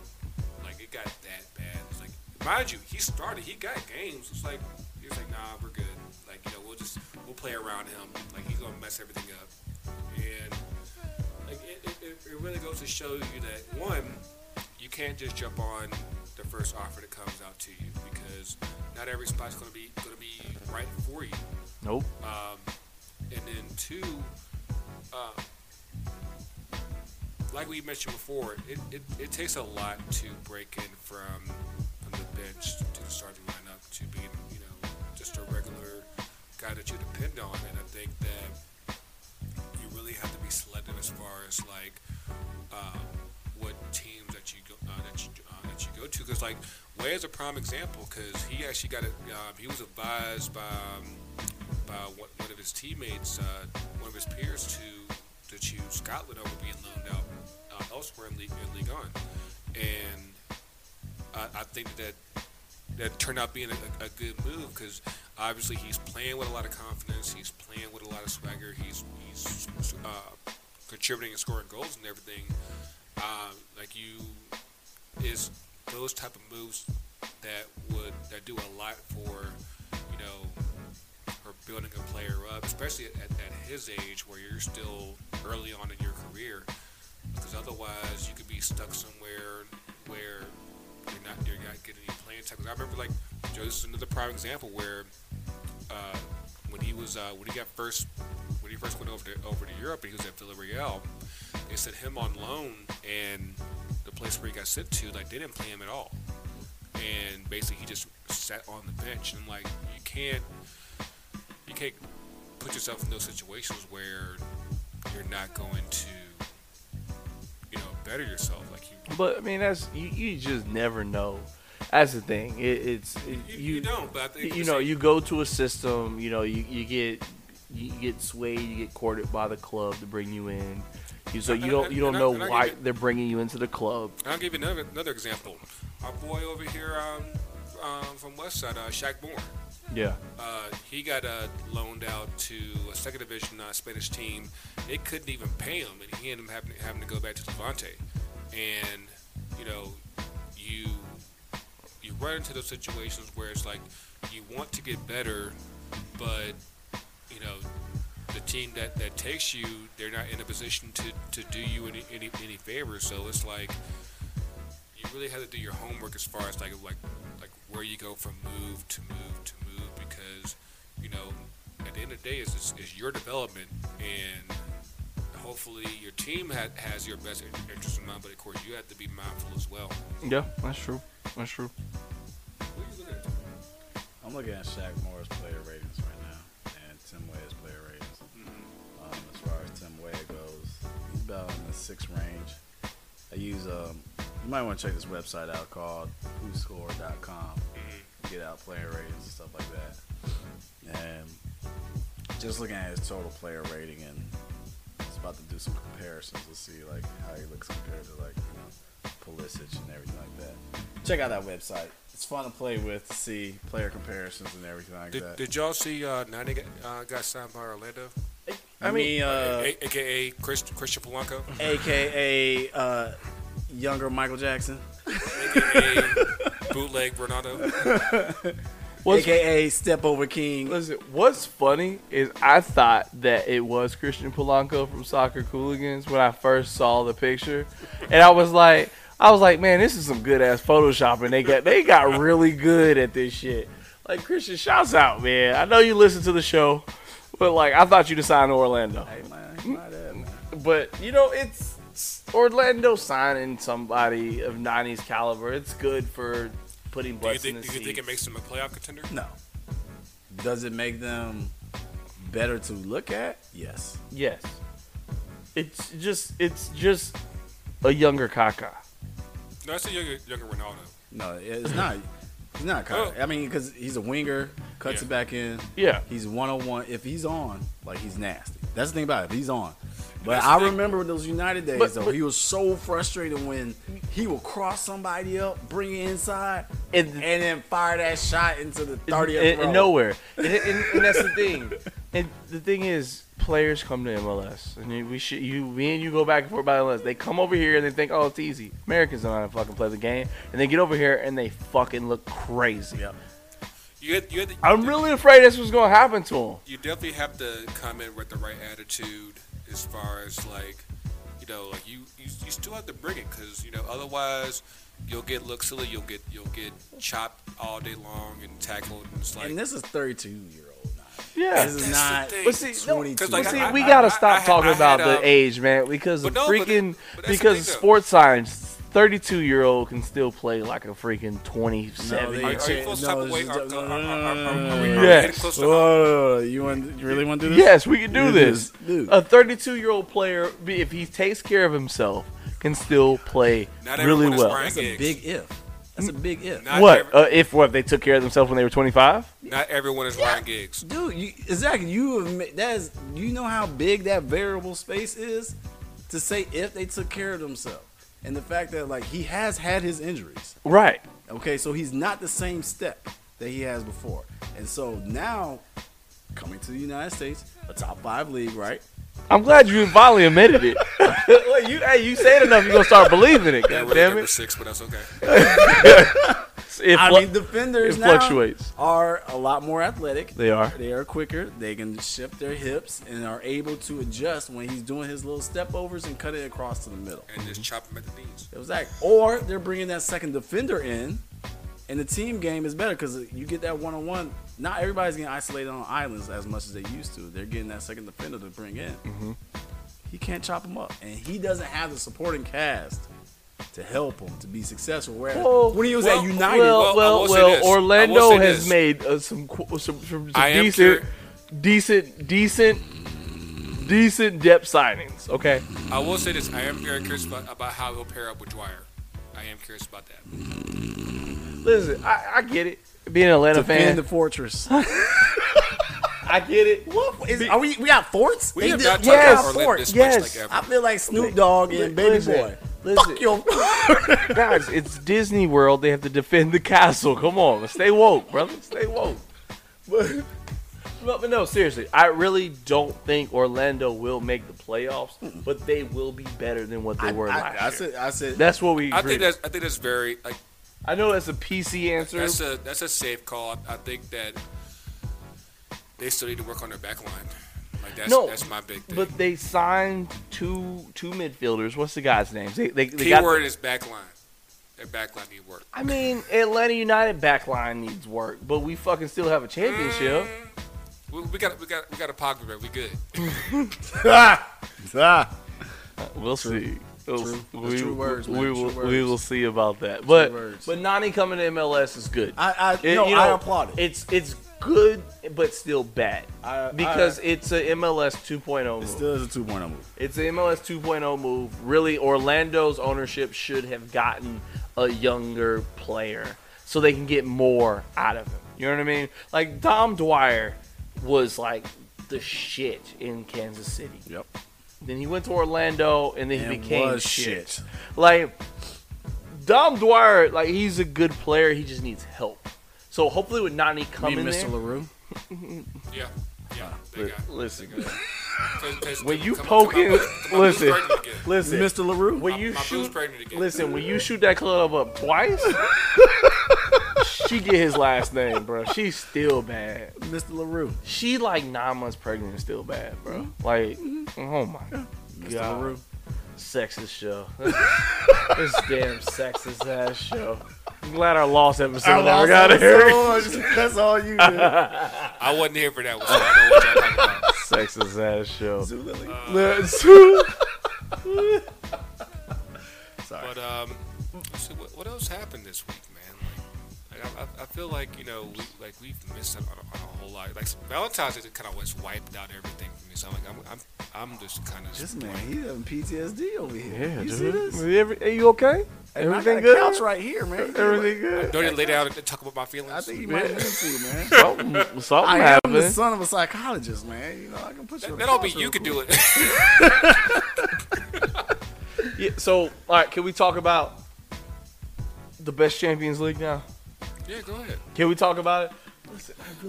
Like it got that bad. It's like mind you, he started, he got games. It's like he was like, nah, we're good. Like you know, we'll just we'll play around him. Like he's gonna mess everything up. And like it, it- it, it really goes to show you that one, you can't just jump on the first offer that comes out to you because not every spot's gonna be gonna be right for you.
nope.
Um, and then two, uh, like we mentioned before, it, it, it takes a lot to break in from from the bench to the starting lineup to being you know just a regular guy that you depend on, and I think that you really have to be selective as far as like um, what teams that you go uh, that you uh, that you go to because like Way is a prime example because he actually got it. Um, he was advised by um, by one, one of his teammates, uh, one of his peers, to to choose Scotland over being loaned out uh, elsewhere in league, in league on, and I, I think that that turned out being a, a good move because obviously he's playing with a lot of confidence, he's playing with a lot of swagger, he's he's uh, contributing and scoring goals and everything. Um, like you is those type of moves that would that do a lot for you know or building a player up, especially at, at his age where you're still early on in your career. Because otherwise, you could be stuck somewhere where you're not you're not getting any playing time. 'Cause I remember like Joe's another prime example where uh, when he was uh, when he got first when he first went over to over to Europe and he was at Villarreal, they sent him on loan and the place where he got sent to like they didn't play him at all. And basically, he just sat on the bench. And I'm like, you can't you can't put yourself in those situations where you're not going to, you know, better yourself. Like you,
But I mean, that's you, you just never know. That's the thing. It, it's it,
you, you don't. But I think
you know, you go to a system. You know, you, you get you get swayed, you get courted by the club to bring you in. You, so you don't you don't
And I-
know
and I
why
get it.
they're bringing you into the club.
I'll give you another another example. Our boy over here um, um, from West Side, uh, Shaq Moore.
Yeah.
Uh, he got uh, loaned out to a second division uh, Spanish team. They couldn't even pay him, and he ended up having, having to go back to Levante. And you know, you you run into those situations where it's like you want to get better, but you know, the team that, that takes you, they're not in a position to, to do you any, any any favor. So it's like you really have to do your homework as far as like like like where you go from move to move to move because you know at the end of the day is is, is your development and hopefully your team ha- has your best in- interest in mind but of course you have to be mindful as well
Yeah, that's true. That's true.
What are you looking at?
I'm looking at Shaq Moore's player ratings right now, and Tim Way's player ratings. Um, as far as Tim Way goes, he's about in the six range. I use um, you might want to check this website out called WhoScore.com.
Mm-hmm.
Get out player ratings and stuff like that. And just looking at his total player rating, and it's about to do some comparisons to see like how he looks compared to like you know Pulisic and everything like that. Check out that website. It's fun to play with to see player comparisons and everything like
Did,
that.
did y'all see uh, Nani got, uh, got signed by Orlando?
I
I mean, uh,
A- AKA Chris, Christian Polanco,
AKA uh, younger Michael Jackson,
AKA bootleg Ronaldo.
What's,
AKA Step Over King.
listen, what's funny is I thought that it was Christian Polanco from Soccer Cooligans when I first saw the picture, and I was like, I was like, man, this is some good ass photoshopping. They got they got really good at this shit. Like Christian, shouts out, man. I know you listen to the show, but like I thought you would sign to Orlando.
Hey, man, my dad, man.
But you know, it's it's Orlando signing somebody of '90s caliber. It's good for putting
Do you
butts in
think,
the
do you think it
seats.
makes him a playoff contender?
No. Does it make them better to look at? Yes.
Yes, it's just it's just a younger Kaka.
No, I said younger, younger Ronaldo.
No, it's not. He's not. Kyle. I mean, because he's a winger, cuts
Yeah.
it back in.
Yeah,
He's one on one. If he's on, like he's nasty. That's the thing about it. If he's on. But
That's
I
the thing.
remember those United days
But-
though.
but-
he was so frustrated when he would cross somebody up, bring it inside,
and
and then fire that shot into the
and,
30th
and-
row.
and nowhere. And, and, and that's the thing. And the thing is, players come to MLS, and you- we should you me and you go back and forth about MLS. They come over here and they think, oh, it's easy. Americans don't know how to fucking play the game, and they get over here and they fucking look crazy.
Yep.
You had, you had the-
I'm really afraid that's what's gonna happen to him.
you definitely have to come in with the right attitude as far as like you know like you you, you still have to bring it because you know otherwise you'll get look silly you'll get you'll get chopped all day long and tackled and it's like
And this is 32 year old now.
Yeah.
This
That's
is
the
not
thing.
But see, no,
22.
Like,
But see,
I-
we
I-
gotta
I-
stop
I had-
talking
I
about
had,
the
um,
age, man, because of
but no, but
freaking
that- but that's the
because
thing, though.
sports science. Thirty-two year old can still play like a freaking
No,
twenty-seven.
they
Are- are you
can't-
full
no,
type of
this
way?
is-
Are-
no,
are-
no,
are-
no,
are-
no,
are-
no,
are-
no,
are we
no, no.
Yes.
getting close to
Whoa,
home?
whoa, whoa. you want? You really want to do this?
yes, we can do
You
this.
just- dude.
A thirty-two-year-old player, be- if he takes care of himself, can still play
Not
really
everyone is
well.
Brian
That's a
Giggs.
big if. That's a big if.
Not
what
every-
uh, if what if they took care of themselves when they were twenty-five?
not everyone is Ryan Giggs.
Dude, you, exactly. You have ma- that is. You know how big that variable space is to say if they took care of themselves, and the fact that like he has had his injuries.
Right.
Okay, so he's not the same step that he has before, and so now coming to the United States, a top five league, right?
I'm glad you finally admitted it. Well, you, hey, you say it enough, you're gonna start believing it.
They
God
were
damn
number
it!
six, but that's okay.
It
I
flu-
mean, defenders
it
now
fluctuates.
are a lot more athletic.
They are.
They are quicker. They can shift their hips and are able to adjust when he's doing his little step overs and cut it across to the middle.
And just chop him at the knees.
It was that, or they're bringing that second defender in, and the team game is better because you get that one on one. Not everybody's getting isolated on islands as much as they used to. They're getting that second defender to bring in.
Mm-hmm.
He can't chop him up, and he doesn't have the supporting cast to help him to be successful. Whereas
Oh, Well,
when he was
well,
at United,
Well,
Well, I
well, well,
will say this. I will
Orlando
say
has
this.
made uh, some, qu- some, some, some
I am
decent,
cur-
decent, decent, decent depth signings. Okay,
I will say this: I am very curious about, about how he'll pair up with Dwyer. I am curious about that.
listen, I, I get it. Being an Atlanta fan,
defend the fortress.
I get it.
what is, are we? We got forts?
We
They
have
did-
not
took out
yes,
talked about Orlando
forts.
this
yes.
much like ever.
I feel like Snoop Dogg and Baby
Listen,
Boy.
listen.
Fuck your.
Guys, it's Disney World. They have to defend the castle. Come on, stay woke, brother. Stay woke. But, but but no, seriously, I really don't think Orlando will make the playoffs, but they will be better than what they
I,
were last
I, I
year.
said. I said.
that's what we.
I
agreed
think that's I think that's very like
I know that's a PC answer.
That's a that's a safe call. I think that they still need to work on their back line. Like that's
No,
that's my big thing.
but they signed two two midfielders. What's the guy's names? They, they, they got.
Keyword is back line. Their back line need work.
I mean, Atlanta United backline needs work, but we fucking still have a championship.
We, we got we got we got a Pogba. there. We good.
Ah.
We'll see. We'll-
True. That's
We,
true words,
we,
man. True
will we
words.
will see about that. But
words.
but Nani coming to MLS is good.
I, I
It-
no,
you
I
know,
applaud it.
It's it's good, but still bad
I-
because it's a MLS 2.0 move.
It still is a two point move.
It's an MLS 2.0 move. Really, Orlando's ownership should have gotten a younger player so they can get more out of him. You know what I mean? Like, Dom Dwyer was like the shit in Kansas City.
Yep.
Then he went to Orlando and then he
And
became
was
shit.
shit.
Like, Dom Dwyer, like, he's a good player. He just needs help. So hopefully, with Nani
Me
coming
and
in
Mr.
there.
LaRue.
Yeah, yeah. They
Li-
got,
listen,
they got- 'Cause- 'cause
When you
come-
poking,
come- come- come-
listen,
he's pregnant again.
listen.
Mr. LaRue.
When
My-
you
my boo's
shoot,
pregnant again.
listen. When you shoot that club up twice, she get his last name, bro. She's still bad.
Mr. LaRue.
She like nine months pregnant and still bad, bro. Like, oh my
Mr.
God.
LaRue.
sexist show. this damn sexist ass show. I'm glad our lost episode never got aired.
That's all you did.
I wasn't here for that one. So I know what y'all talking about.
Sexist ass show.
Zoo Lily.
Uh,
Let's- I
Sorry.
But um, let's see, what, what else happened this week, man? Like, like I- I, I feel like you know, we, like we've missed out on, on a whole lot. Like Valentine's Day kind of just wiped out everything for me. So I'm like, I'm, I'm, I'm just kind of.
This man, he having PTSD over here.
Yeah,
you see
dude.
this?
Every- Are you okay?
And I
Everything
got a
good?
Couch right here, man.
Everything good?
Don't even lay down and talk about my feelings.
I think you might need to, man.
Something, something
I am the
happened.
son of a psychologist, man. You know, I can put you. on
that,
the
that'll
couch
be
real
you could do
quick.
it.
Yeah, so, all right, can we talk about the best Champions League now?
yeah, go ahead.
Can we talk about it?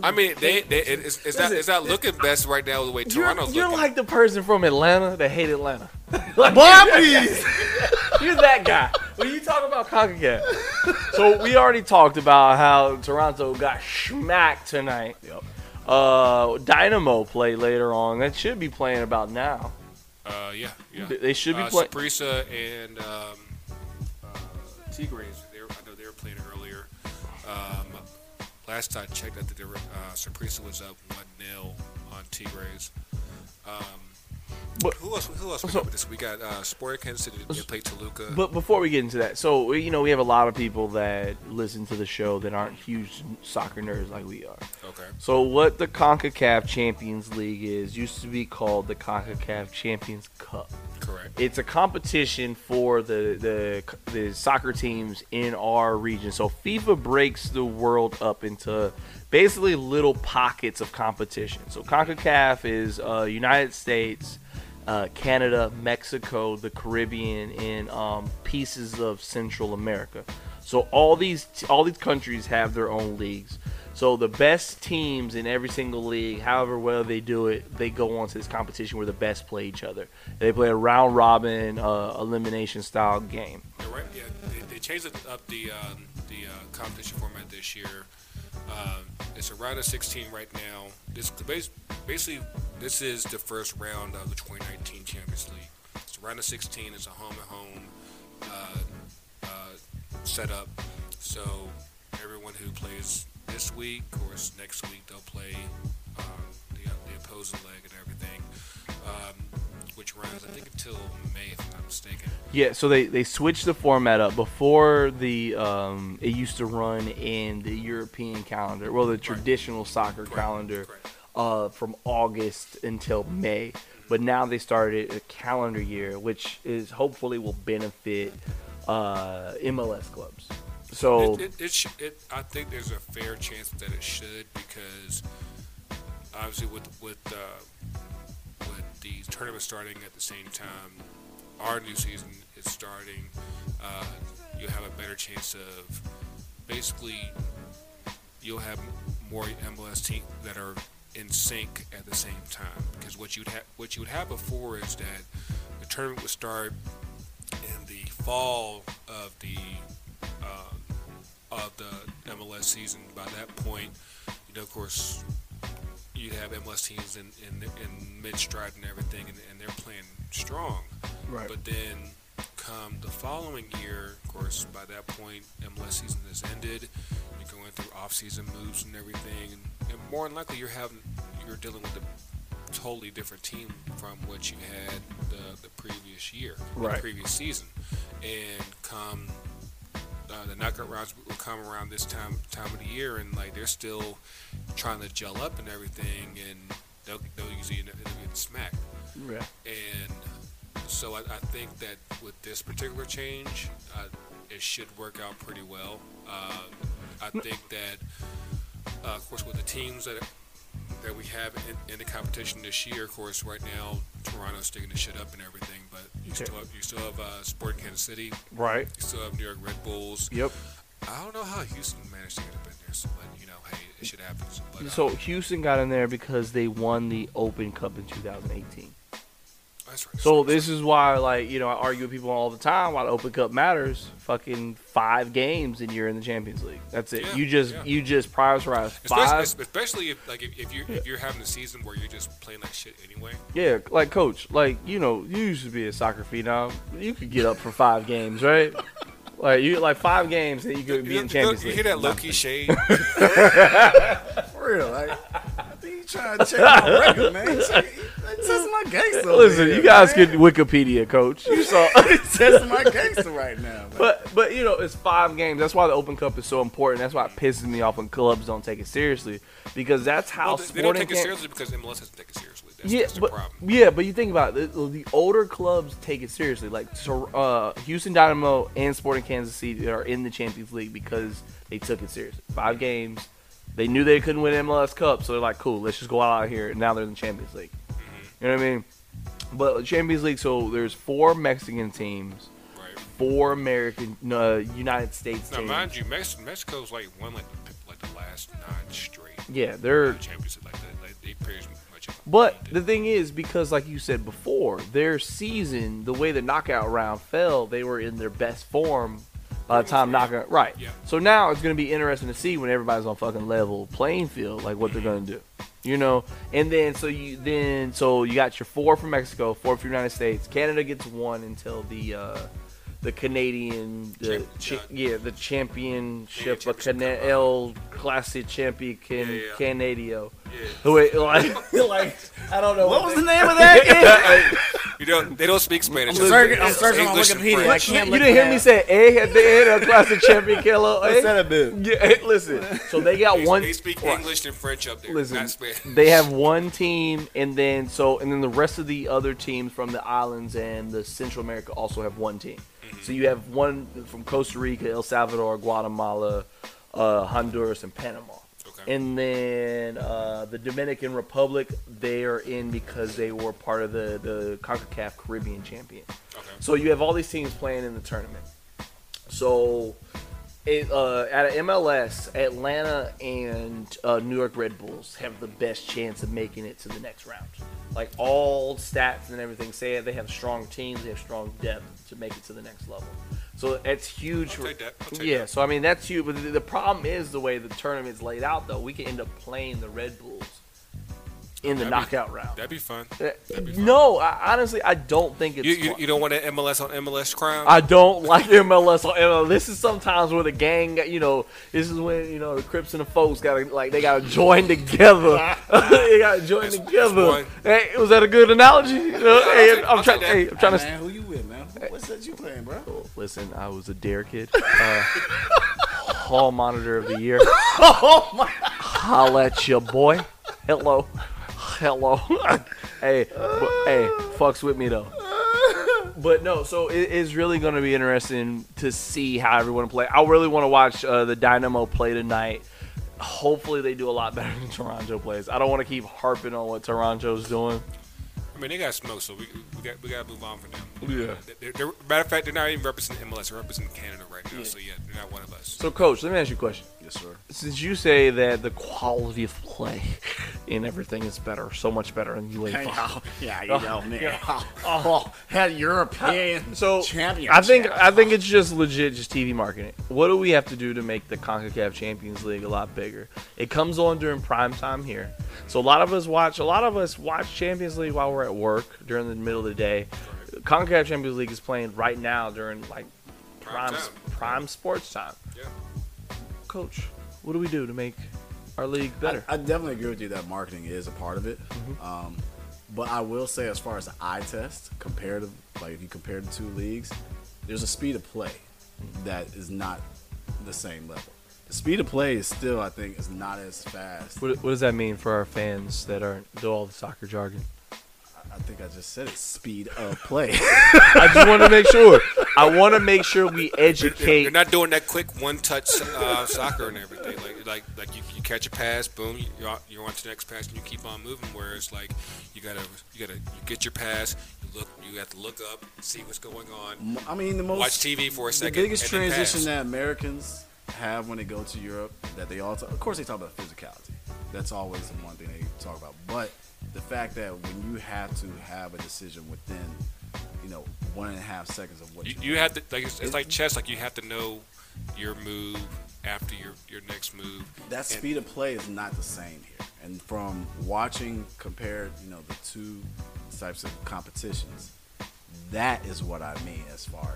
I mean, they, they it, it's, it's not it's not looking best right now the way
You're,
Toronto's
you're
looking.
like the person from Atlanta that hate Atlanta.
Boy, please.
You're that guy. When you talk about CONCACAF. So we already talked about how Toronto got smacked tonight.
Yep.
Uh, Dynamo play later on. That should be playing about now.
uh, yeah, yeah.
They- They should be
uh,
playing.
Saprissa and um, uh, Tigres. They were, I know they were playing earlier. Um, last I checked, I think they were, uh, Saprissa was up one 0 on Tigres. Um,
But-
who else? Who else we got with this? We got uh, Sporting Kansas City. They played Toluca.
But before we get into that, so we- you know we have a lot of people that listen to the show that aren't huge soccer nerds like we are.
okay.
So what the CONCACAF Champions League is used to be called the CONCACAF Champions Cup.
Correct.
it's a competition for the, the the soccer teams in our region. So FIFA breaks the world up into basically little pockets of competition. So CONCACAF is uh, United States, uh, Canada, Mexico, the Caribbean, and um, pieces of Central America. So all these all these countries have their own leagues. So the best teams in every single league, however well they do it, they go on to this competition where the best play each other. They play a round robin uh, elimination style game.
You're right. Yeah, they, they changed it up the um, the uh, competition format this year. Um, it's a round of 16 right now. This bas- basically this is the first round of the 2019 Champions League. It's a round of 16. It's a home and home uh, uh, setup. So everyone who plays this week or s- next week, they'll play um, the, the opposing leg and everything, um, which runs I think until May, if I'm not mistaken.
Yeah, so they, they switched the format up. Before the um, it used to run in the European calendar, well the traditional soccer calendar,
Correct.
uh, from August until May. But now they started a calendar year, which is hopefully will benefit uh, MLS clubs. So
It, it, it, sh- it, I think there's a fair chance that it should because obviously with with uh, with the tournament starting at the same time, our new season is starting. Uh, you have a better chance of basically you'll have more MLS teams that are in sync at the same time because what you'd have what you would have before is that the tournament would start in the fall of the um, of the MLS season. By that point, you know, of course, you'd have MLS teams in in, in mid stride and everything, and, and they're playing strong.
Right.
But then come the following year, of course, by that point, MLS season has ended. You're going through off season moves and everything, and, and more than likely, you're having you're dealing with a totally different team from what you had the, the previous year,
Right.
the previous season, and come uh, the knockout rounds will come around this time time of the year, and like they're still trying to gel up and everything, and they'll, they'll usually end up they'll get smacked.
yeah.
And so I, I think that with this particular change, uh, it should work out pretty well. Uh, I think that, uh, of course, with the teams that that we have in, in the competition this year, of course, right now Toronto's sticking the shit up and everything, but you
Okay.
still have, you still have uh, Sporting Kansas City, you
right.
still have New York Red Bulls,
Yep.
I don't know how Houston managed to get up in there, so, but you know, hey, it should happen. So, but, uh,
So Houston got in there because they won the Open Cup in 2018.
that's right.
So this is why, like, you know, I argue with people all the time why the Open Cup matters. Fucking five games and you're in the Champions League. That's it.
Yeah,
you just
yeah.
you just prioritize
Especially,
five.
es- especially if like if, if you if you're having a season where you're just playing like shit anyway.
Yeah, like coach, like you know, you used to be a soccer phenom. You could get up for five games, right? Like you like five games that you could be
you,
in
know-
Champions
you
League.
hear that low key shade?
For real, like I think you trying to check my record, man. He's like, he's testing my gangster. over
Listen,
here,
you guys
man.
could Wikipedia, coach. You saw.
He's testing my gangster right now. man.
But but you know it's five games. That's why the Open Cup is so important. That's why it pisses me off when clubs don't take it seriously because that's how
Well, they, they
sporting
don't take it
can-
seriously because MLS doesn't take it seriously. That's,
Yeah,
that's the
but
problem.
yeah, but you think about it, the, the older clubs take it seriously. Like Tor- uh, Houston Dynamo and Sporting Kansas City are in the Champions League because they took it seriously. Five games, they knew they couldn't win MLS Cup, so they're like, "Cool, let's just go out here." And now they're in the Champions League.
Mm-hmm.
You know what I mean? But Champions League, so there's four Mexican teams,
Right.
four American, uh, United States
Now,
teams.
mind you, Mex- Mexico's like won like the, like the last nine straight
Yeah, they're
champions. Like they, like, they pretty much.
But the thing is, because like you said before, their season, the way the knockout round fell, they were in their best form by the time knockout. Right.
Yeah.
So now it's going to be interesting to see when everybody's on fucking level playing field, like what they're going to do. You know, and then so you then so you got your four from Mexico, four from United States. Canada gets one until the uh the Canadian the
Champ-
cha-
yeah.
yeah the championship,
Yeah,
a
championship,
Cana-
uh,
El Classic Champion
Yeah, yeah.
Canadio.
yeah.
Who it- like, like I don't know
what
they-
was the name of that? again?
you don't. They don't speak Spanish.
I'm searching- I'm searching on
English and
Wikipedia.
French.
You,
can't
you
look
didn't
it
hear
up.
me say eh at the end of classic champion killer.
What's
Eh?
that about?
Yeah, eh, listen. So they got
They-
one.
They speak
what?
English and French up there.
Listen,
not Spanish.
they have one team, and then so and then the rest of the other teams from the islands and the Central America also have one team. So you have one from Costa Rica, El Salvador, Guatemala, uh, Honduras, and Panama.
Okay.
And then uh, the Dominican Republic, they are in because they were part of the the Concacaf Caribbean champion.
okay.
So you have all these teams playing in the tournament. So it, uh, out of MLS, Atlanta and uh, New York Red Bulls have the best chance of making it to the next round. Like all stats and everything say it, they have strong teams, they have strong depth to make it to the next level. So that's huge.
I'll
for-
take that. I'll take
yeah,
that.
so I mean that's huge. But the, the problem is the way the tournament's laid out, though. We could end up playing the Red Bulls in the
That'd be-
knockout round.
That'd be fun.
Uh, no, I, honestly, I don't think it's.
You, you,
fun.
you don't want an MLS on MLS crime.
I don't like MLS. on MLS. This is sometimes where the gang, you know, this is when you know the Crips and the folks got to like they got to join together. they got to join
That's-
together.
that's
Hey, was that a good analogy? You know, hey, I'm- I'm
I'll
trying.
take that.
Hey, I'm trying to.
man, who you with, man? Who- What's that you playing, bro?
Listen, I was a dare kid. Uh, hall monitor of the year.
Oh my!
Holla at your boy. Hello, hello. hey, but, hey, fucks with me though. But no, so it is really going to be interesting to see how everyone play. I really want to watch uh, the Dynamo play tonight. Hopefully, they do a lot better than Toronto plays. I don't want to keep harping on what Toronto's doing.
I mean, they got smoked, so we, we got we got to move on from them.
Yeah.
They're, they're, matter of fact, they're not even representing MLS. They're representing Canada right now. So yeah, they're not one of us.
So, coach, let me ask you a question.
Yes, sir.
Since you say that the quality of play and everything is better, so much better in UEFA,
Yeah, you know, man. Oh, had European
so
champion.
I think I think it's just legit, just TV marketing. What do we have to do to make the Concacaf Champions League a lot bigger? It comes on during prime time here, so a lot of us watch. A lot of us watch Champions League while we're at work during the middle of the day. Concacaf Champions League is playing right now during like prime
Prime
prime,
time.
sports time.
Yeah.
Coach, what do we do to make our league better?
I, I definitely agree with you that marketing is a part of it. Um, but I will say, as far as the eye test, comparative, like if you compare the two leagues, there's a speed of play that is not the same level. The speed of play is still, I think, is not as fast.
what, what does that mean for our fans that aren't do all the soccer jargon?
I think I just said it. Speed of play.
I just want to make sure. I want to make sure we
They're,
educate
they're not doing that quick one-touch uh, soccer and everything. Like like like you, you catch a pass, boom, you- you're on, you're on to the next pass, and you keep on moving. Whereas like you gotta you gotta you get your pass, you look, you have to look up, see what's going on,
I mean, the most
watch TV for a
the
second.
biggest
and then pass.
transition that Americans have when they go to Europe that they all talk, of course they talk about physicality. That's always the one thing they talk about. But the fact that when you have to have a decision within, you know, one and a half seconds of what
You,
you,
you have to like it's, it's like chess. Like you have to know your move after your your next move.
that
And-
speed of play is not the same here. And from watching compared, you know, the two types of competitions, that is what I mean as far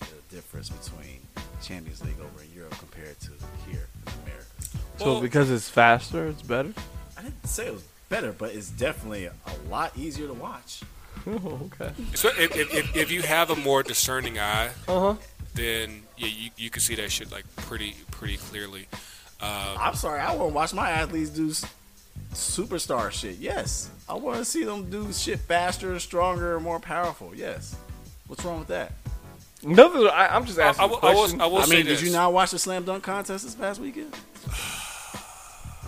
as the difference between Champions League over in Europe compared to here in America.
So because it's faster, it's better.
I didn't say it was better, but it's definitely a lot easier to watch.
Oh, okay.
So if, if, if, if you have a more discerning eye,
Uh huh.
then yeah, you, you can see that shit like pretty pretty clearly.
I'm sorry, I want to watch my athletes do s- superstar shit. Yes, I want to see them do shit faster, stronger, more powerful. Yes, what's wrong with that?
Nothing. I, I'm just
I,
asking.
I,
I,
will- I will, I will
I
say
mean, did
this.
you not watch the slam dunk contest this past weekend?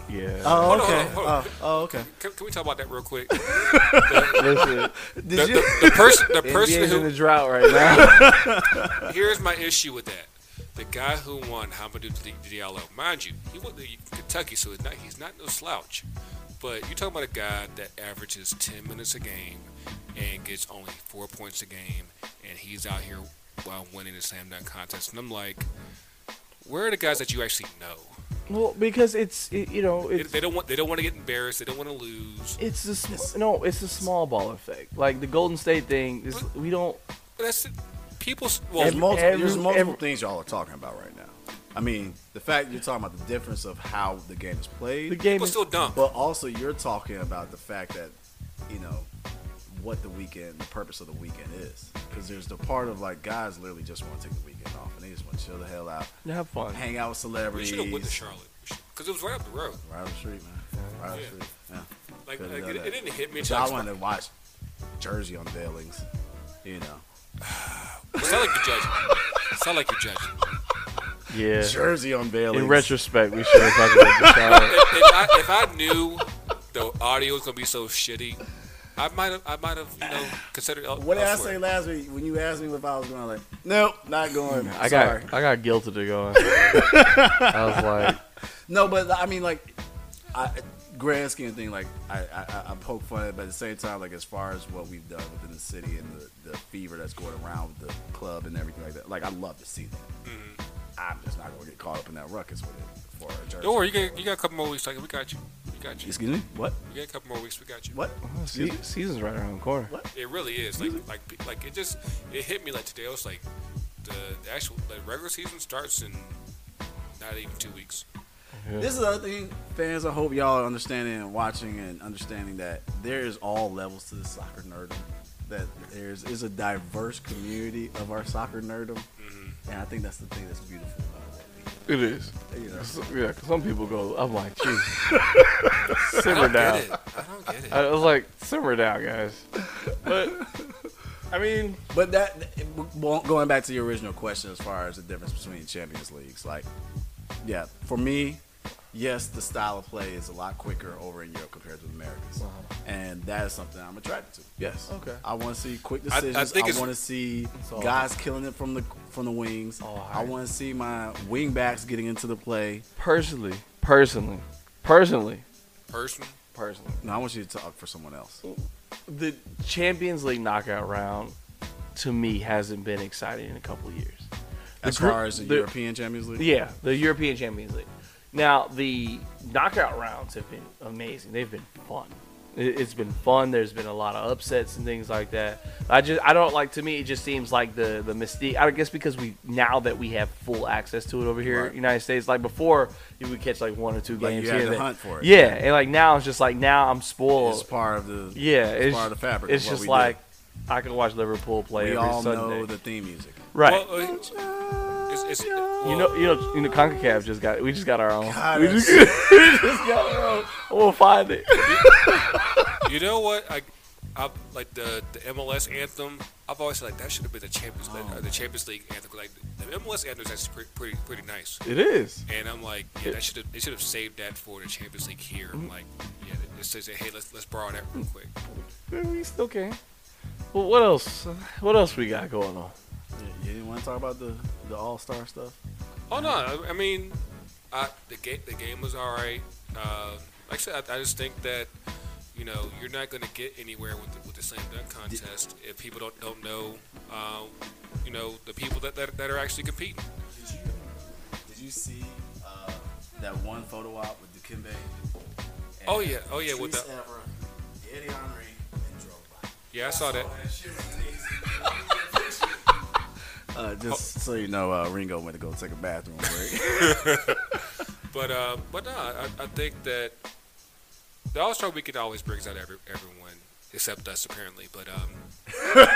yeah.
Oh,
Hold on,
okay.
hold on,
Oh, oh, okay.
Can, can we talk about that real quick?
Listen,
The,
Did you?
the, the person the person
NBA's in
who
a drought right now.
here's my issue with that. The guy who won Hamadou Di- Diallo, mind you, he went to Kentucky, so he's not, he's not no slouch. But you're talking about a guy that averages 10 minutes a game and gets only four points a game, and he's out here while winning the slam dunk contest. And I'm like, where are the guys that you actually know?
well, because it's it, you know
They,
it's
they don't want they don't want to get embarrassed. They don't want to lose.
It's the sm- no, it's the small ball effect. Like the Golden State thing is we don't.
But that's it. people. s- Well,
There's
Every-
multiple, there's
every-
multiple
every-
things y'all are talking about right now. I mean, the fact you're talking about the difference of how the game is played.
The game
people
is
still dumb.
But also, you're talking about the fact that, you know, what the weekend, the purpose of the weekend is. Because there's the part of like guys literally just want to take the weekend off and they just want to chill the hell out,
have fun.
hang out with
We
celebrities.
should have went to Charlotte because it was right up the road.
Right up the street, man. Right up the
Yeah.
street. Yeah.
Like,
Could've
like
done
it,
that.
it didn't hit me.
So
until
I
was
wanted to watch jersey unveilings, you know.
Sound like you're judging. Sound like you're judging.
Yeah.
Jersey unveilings.
In retrospect, we should have fucking went to Charlotte.
If, if, I, if I knew the audio was gonna be so shitty, I might have. I might have. You know, considered. el-
What did I
elsewhere.
say last week when you asked me if I was going? Like, nope, not going.
I
Sorry.
got I got guilted to going. I was like,
No, but I mean, like, I, grand scheme of thing, like, I, I, I poke fun at it, but at the same time, like, as far as what we've done within the city and the, the fever that's going around with the club and everything like that, like, I love to see that.
Mm-hmm.
I'm just not going to get caught up in that ruckus with it for a jersey.
Don't worry. You got. You got a couple more weeks. Like we got you. We got you.
Excuse me? What?
You got a couple more weeks. We got you.
What?
se- season's right around the corner.
What?
It really is. Like
Mm-hmm.
like pe- like it just it hit me like today. I was like, the, the actual the regular season starts in not even two weeks.
This is another thing, fans. I hope y'all are understanding and watching and understanding that there is all levels to the soccer nerdom. That there's is a diverse community of our soccer nerdom, and I think that's the thing that's beautiful about it.
It is.
You know,
So- yeah, 'cause some people go. I'm like, Jesus,
I
simmer
don't
down. Uh,
get it. I don't get it.
I was like, simmer down, guys. But I mean,
But that well, going back to your original question, as far as the difference between Champions Leagues, like, yeah, for me, yes, the style of play is a lot quicker over in Europe compared to the Americas, and that is something I'm attracted to. Yes,
Uh-huh. Okay.
I want to see quick
I
decisions. I,
think it's-
want to see
It's all-
guys killing it from the from the wings.
All
I
right.
want to see my wing backs getting into the play.
personally, personally, personally,
Person.
personally.
No, I want you to talk for someone else.
the Champions League knockout round to me hasn't been exciting in a couple of years. The
As
group-
far as the,
the-
European Champions League,
Yeah, the European Champions League. Now the knockout rounds have been amazing. They've been fun. It- It's been fun. There's been a lot of upsets and things like that. I just I don't like. To me, it just seems like the the mystique. I guess because we now that we have full access to it over here, in
Right.
the United States. Like before, you would catch like one or two games.
Like, you
here
had to
and there.
hunt for it.
Yeah, and like now it's just like now I'm spoiled.
it's part of the
Yeah,
it's,
it's
part of the fabric. of
It's
what
just
we do.
like I can watch Liverpool play
we
every
all
Sunday.
know the theme music.
right.
Well, uh, it's, it's,
you
well,
know, you know, you know, Concacaf just got. We just got our own.
God,
we,
that's-
just, we just got our own. I'm gonna find it.
You know what? I, I like the the MLS anthem. I've always said like that should have been the Champions League, uh, the Champions League anthem. 'cause, Like the MLS anthem is actually pretty pretty, pretty nice.
It is.
And I'm like, yeah, that should have they should have saved that for the Champions League here. I'm like, yeah, it says, hey, let's let's borrow that real quick.
We still can. Well, what else? What else we got going on?
You didn't want to talk about the, the All Star stuff?
Oh no, I- I mean, I, the game the game was all right. Uh, like I said, I, I just think that you know you're not going to get anywhere with the, with the slam dunk contest if people don't don't know uh, you know the people that, that that are actually competing.
Did you did you see uh, that one photo op with Dikembe? And
Oh, yeah. Oh, yeah, with
Patrice
the-
Evra, Eddie Henry, and Drogba.
Yeah, I saw that.
shit was amazing. Uh,
Oh.
just so you know, uh, Ringo went to go take a bathroom break.
But uh, but no, I, I think that the All Star Weekend always brings out every, everyone except us apparently. But um,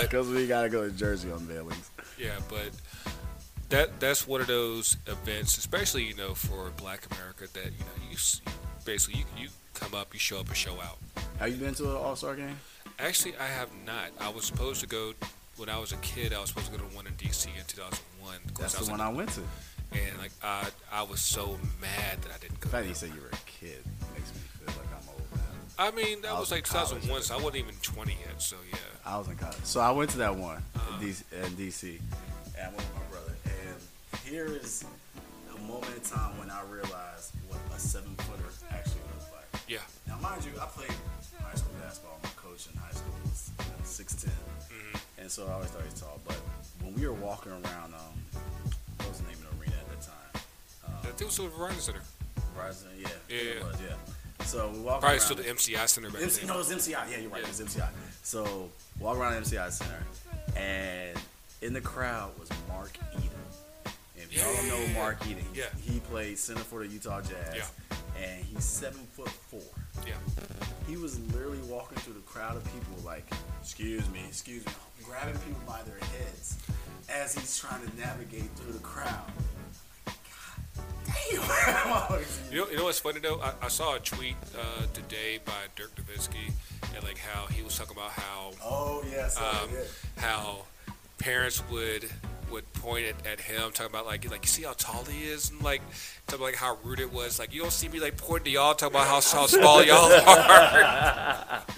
Because we got to go to Jersey on mailings.
yeah, but that that's one of those events, especially you know for Black America that you know you s- basically you, you come up, you show up, and show out.
Have you been to an All Star game?
Actually, I have not. I was supposed to go when I was a kid. I was supposed to go to one in D.C. in 2001. Of course,
That's
I was
the one I went to. In
like- and like I I was so mad that I didn't go.
fact, you said you were a kid. Makes me feel like I'm old now.
I mean, that
I
was
was
like
in college
2001,
at
so I wasn't even 20 yet. So yeah.
I was in college. So I went to that one
Uh-huh.
in, DC, in DC. And I went with my brother. And here is a moment in time when I realized what a seven footer actually looks like.
Yeah.
Now, mind you, I played high school basketball. My coach in high school was 6'10.
Mm-hmm.
And so I always thought he was tall. But when we were walking around, um, what was the name of the arena at that time?
I think it was the Verizon Center.
Horizon? Yeah.
Yeah,
It
yeah.
was, yeah. So we walked
Probably
around.
still the MCI Center back
MC,
then.
no, it's MCI. Yeah, you're right. It's MCI. So walk around MCI Center, and in the crowd was Mark Eden. If y'all don't know Mark Eden, he,
Yeah.
he played center for the Utah Jazz,
Yeah.
and he's seven foot four.
Yeah.
He was literally walking through the crowd of people like, "Excuse me, excuse me," grabbing people by their heads as he's trying to navigate through the crowd. God damn! I'm always-
You know, you know what's funny though? I, I saw a tweet uh, today by Dirk Nowitzki, and like how he was talking about how
oh yes, I
um,
did.
how parents would would point at, at him, talking about like like you see how tall he is, and like talking about like how rude it was. Like you don't see me like pointing to y'all, talking about how, how small y'all are.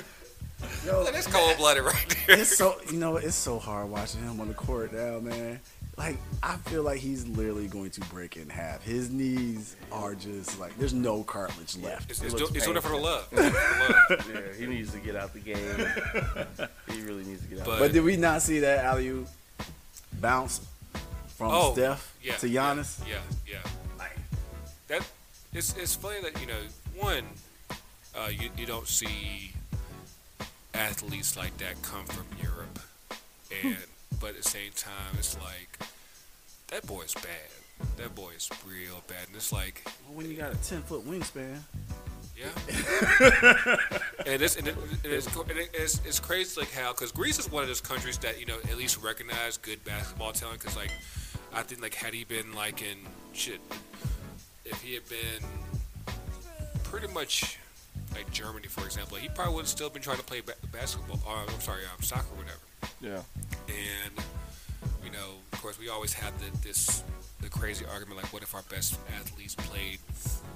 Yo,
That's cold blooded right there.
it's so you know it's so hard watching him on the court now, man. Like I feel like he's literally going to break in half. His knees are just like there's no cartilage left.
It's, it's,
looks
do, it's doing it for the
painful.
love. It's doing it for the love.
Yeah, he needs to get out the game. he really needs to get out.
But-
But did we not see that alley bounce from
Oh,
Steph
yeah,
to Giannis?
Yeah, yeah.
Like,
that it's it's funny that you know one uh, you you don't see athletes like that come from Europe, and but at the same time it's like that boy is bad. That boy is real bad, and it's like
when you got a ten foot wingspan,
yeah. and it's and, it, and it's and it- it's it's crazy like how because Greece is one of those countries that you know at least recognize good basketball talent because like I think like had he been like in shit if he had been pretty much like Germany for example he probably would have still been trying to play ba- basketball or I'm sorry um, soccer or whatever
yeah.
and you know, of course, we always have the, this the crazy argument like, what if our best athletes played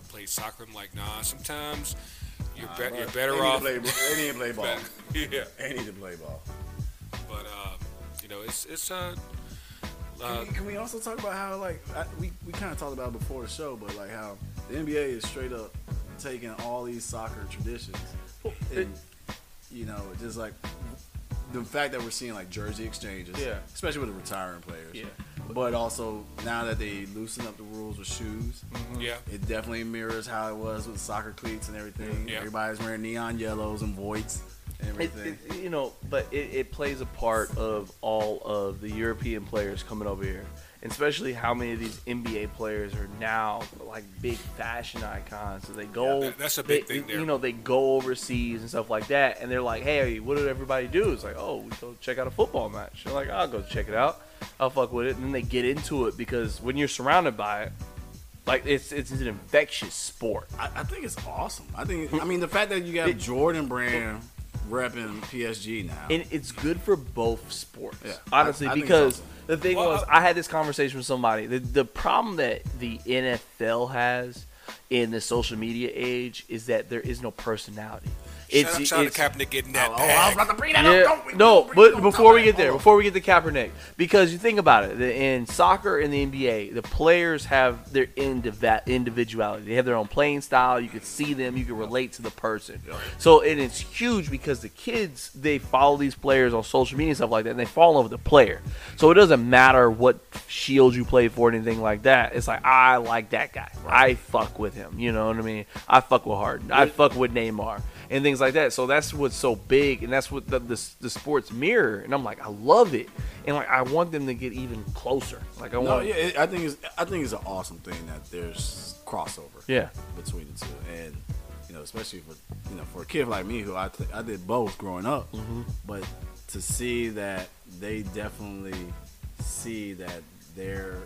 played soccer? I'm like, nah. Sometimes you're, be- you're better off.
They need to play, they need to play ball.
yeah,
They need to play ball.
but um, you know, it's it's uh,
Can
uh
we- can we also talk about how like I, we, we kind of talked about it before the show, but like how the NBA is straight up taking all these soccer traditions, and you know just like the fact that we're seeing like jersey exchanges,
Yeah.
especially with the retiring players,
Yeah.
But also now that they loosen up the rules with shoes,
Mm-hmm.
yeah,
it definitely mirrors how it was with soccer cleats and everything.
Yeah.
Everybody's wearing neon yellows and voids and
It,
everything.
it, you know, but it, it plays a part of all of the European players coming over here, and especially how many of these NBA players are now like big fashion icons. So they go,
Yeah, that- that's a big
they-
thing there.
You know, they go overseas and stuff like that, and they're like, "Hey, what did everybody do?" It's like, "Oh, we go check out a football match." They're like, "I'll go check it out. I'll fuck with it." And then they get into it because when you're surrounded by it, like it's it's an infectious sport.
I, I think it's awesome. I think I mean the fact that you got
It-
Jordan Brand repping PSG now.
and it's good for both sports
Yeah.
honestly
I- I think it's
because
awesome.
the thing
Well,
was
I-
I, had this conversation with somebody the, the problem that the nfl has in the social media age is that there is no personality
Shout out,
it's,
shout out
it's
to Kaepernick getting that
Oh, I was
bag.
about to bring that
yeah,
up. Don't we-
no,
don't we-
but
don't
before
come
we
back.
get there,
Hold
before we get to Kaepernick, because you think about it, the, in soccer and the NBA, the players have their indiv- individuality. They have their own playing style. You can see them. You can relate to the person. So and it's huge because the kids they follow these players on social media and stuff like that, and they fall in love with the player. So it doesn't matter what shield you play for or anything like that. It's like I like that guy. I fuck with him. You know what I mean? I fuck with Harden. I fuck with Neymar and things like that. So that's what's so big, and that's what the, the the sports mirror. And I'm like, I love it, and like I want them to get even closer. Like I
No,
want,
yeah, it, I think it's I think it's an awesome thing that there's crossover.
Yeah.
between the two, and you know, especially for you know for a kid like me who I th- I did both growing up,
Mm-hmm.
but to see that they definitely see that their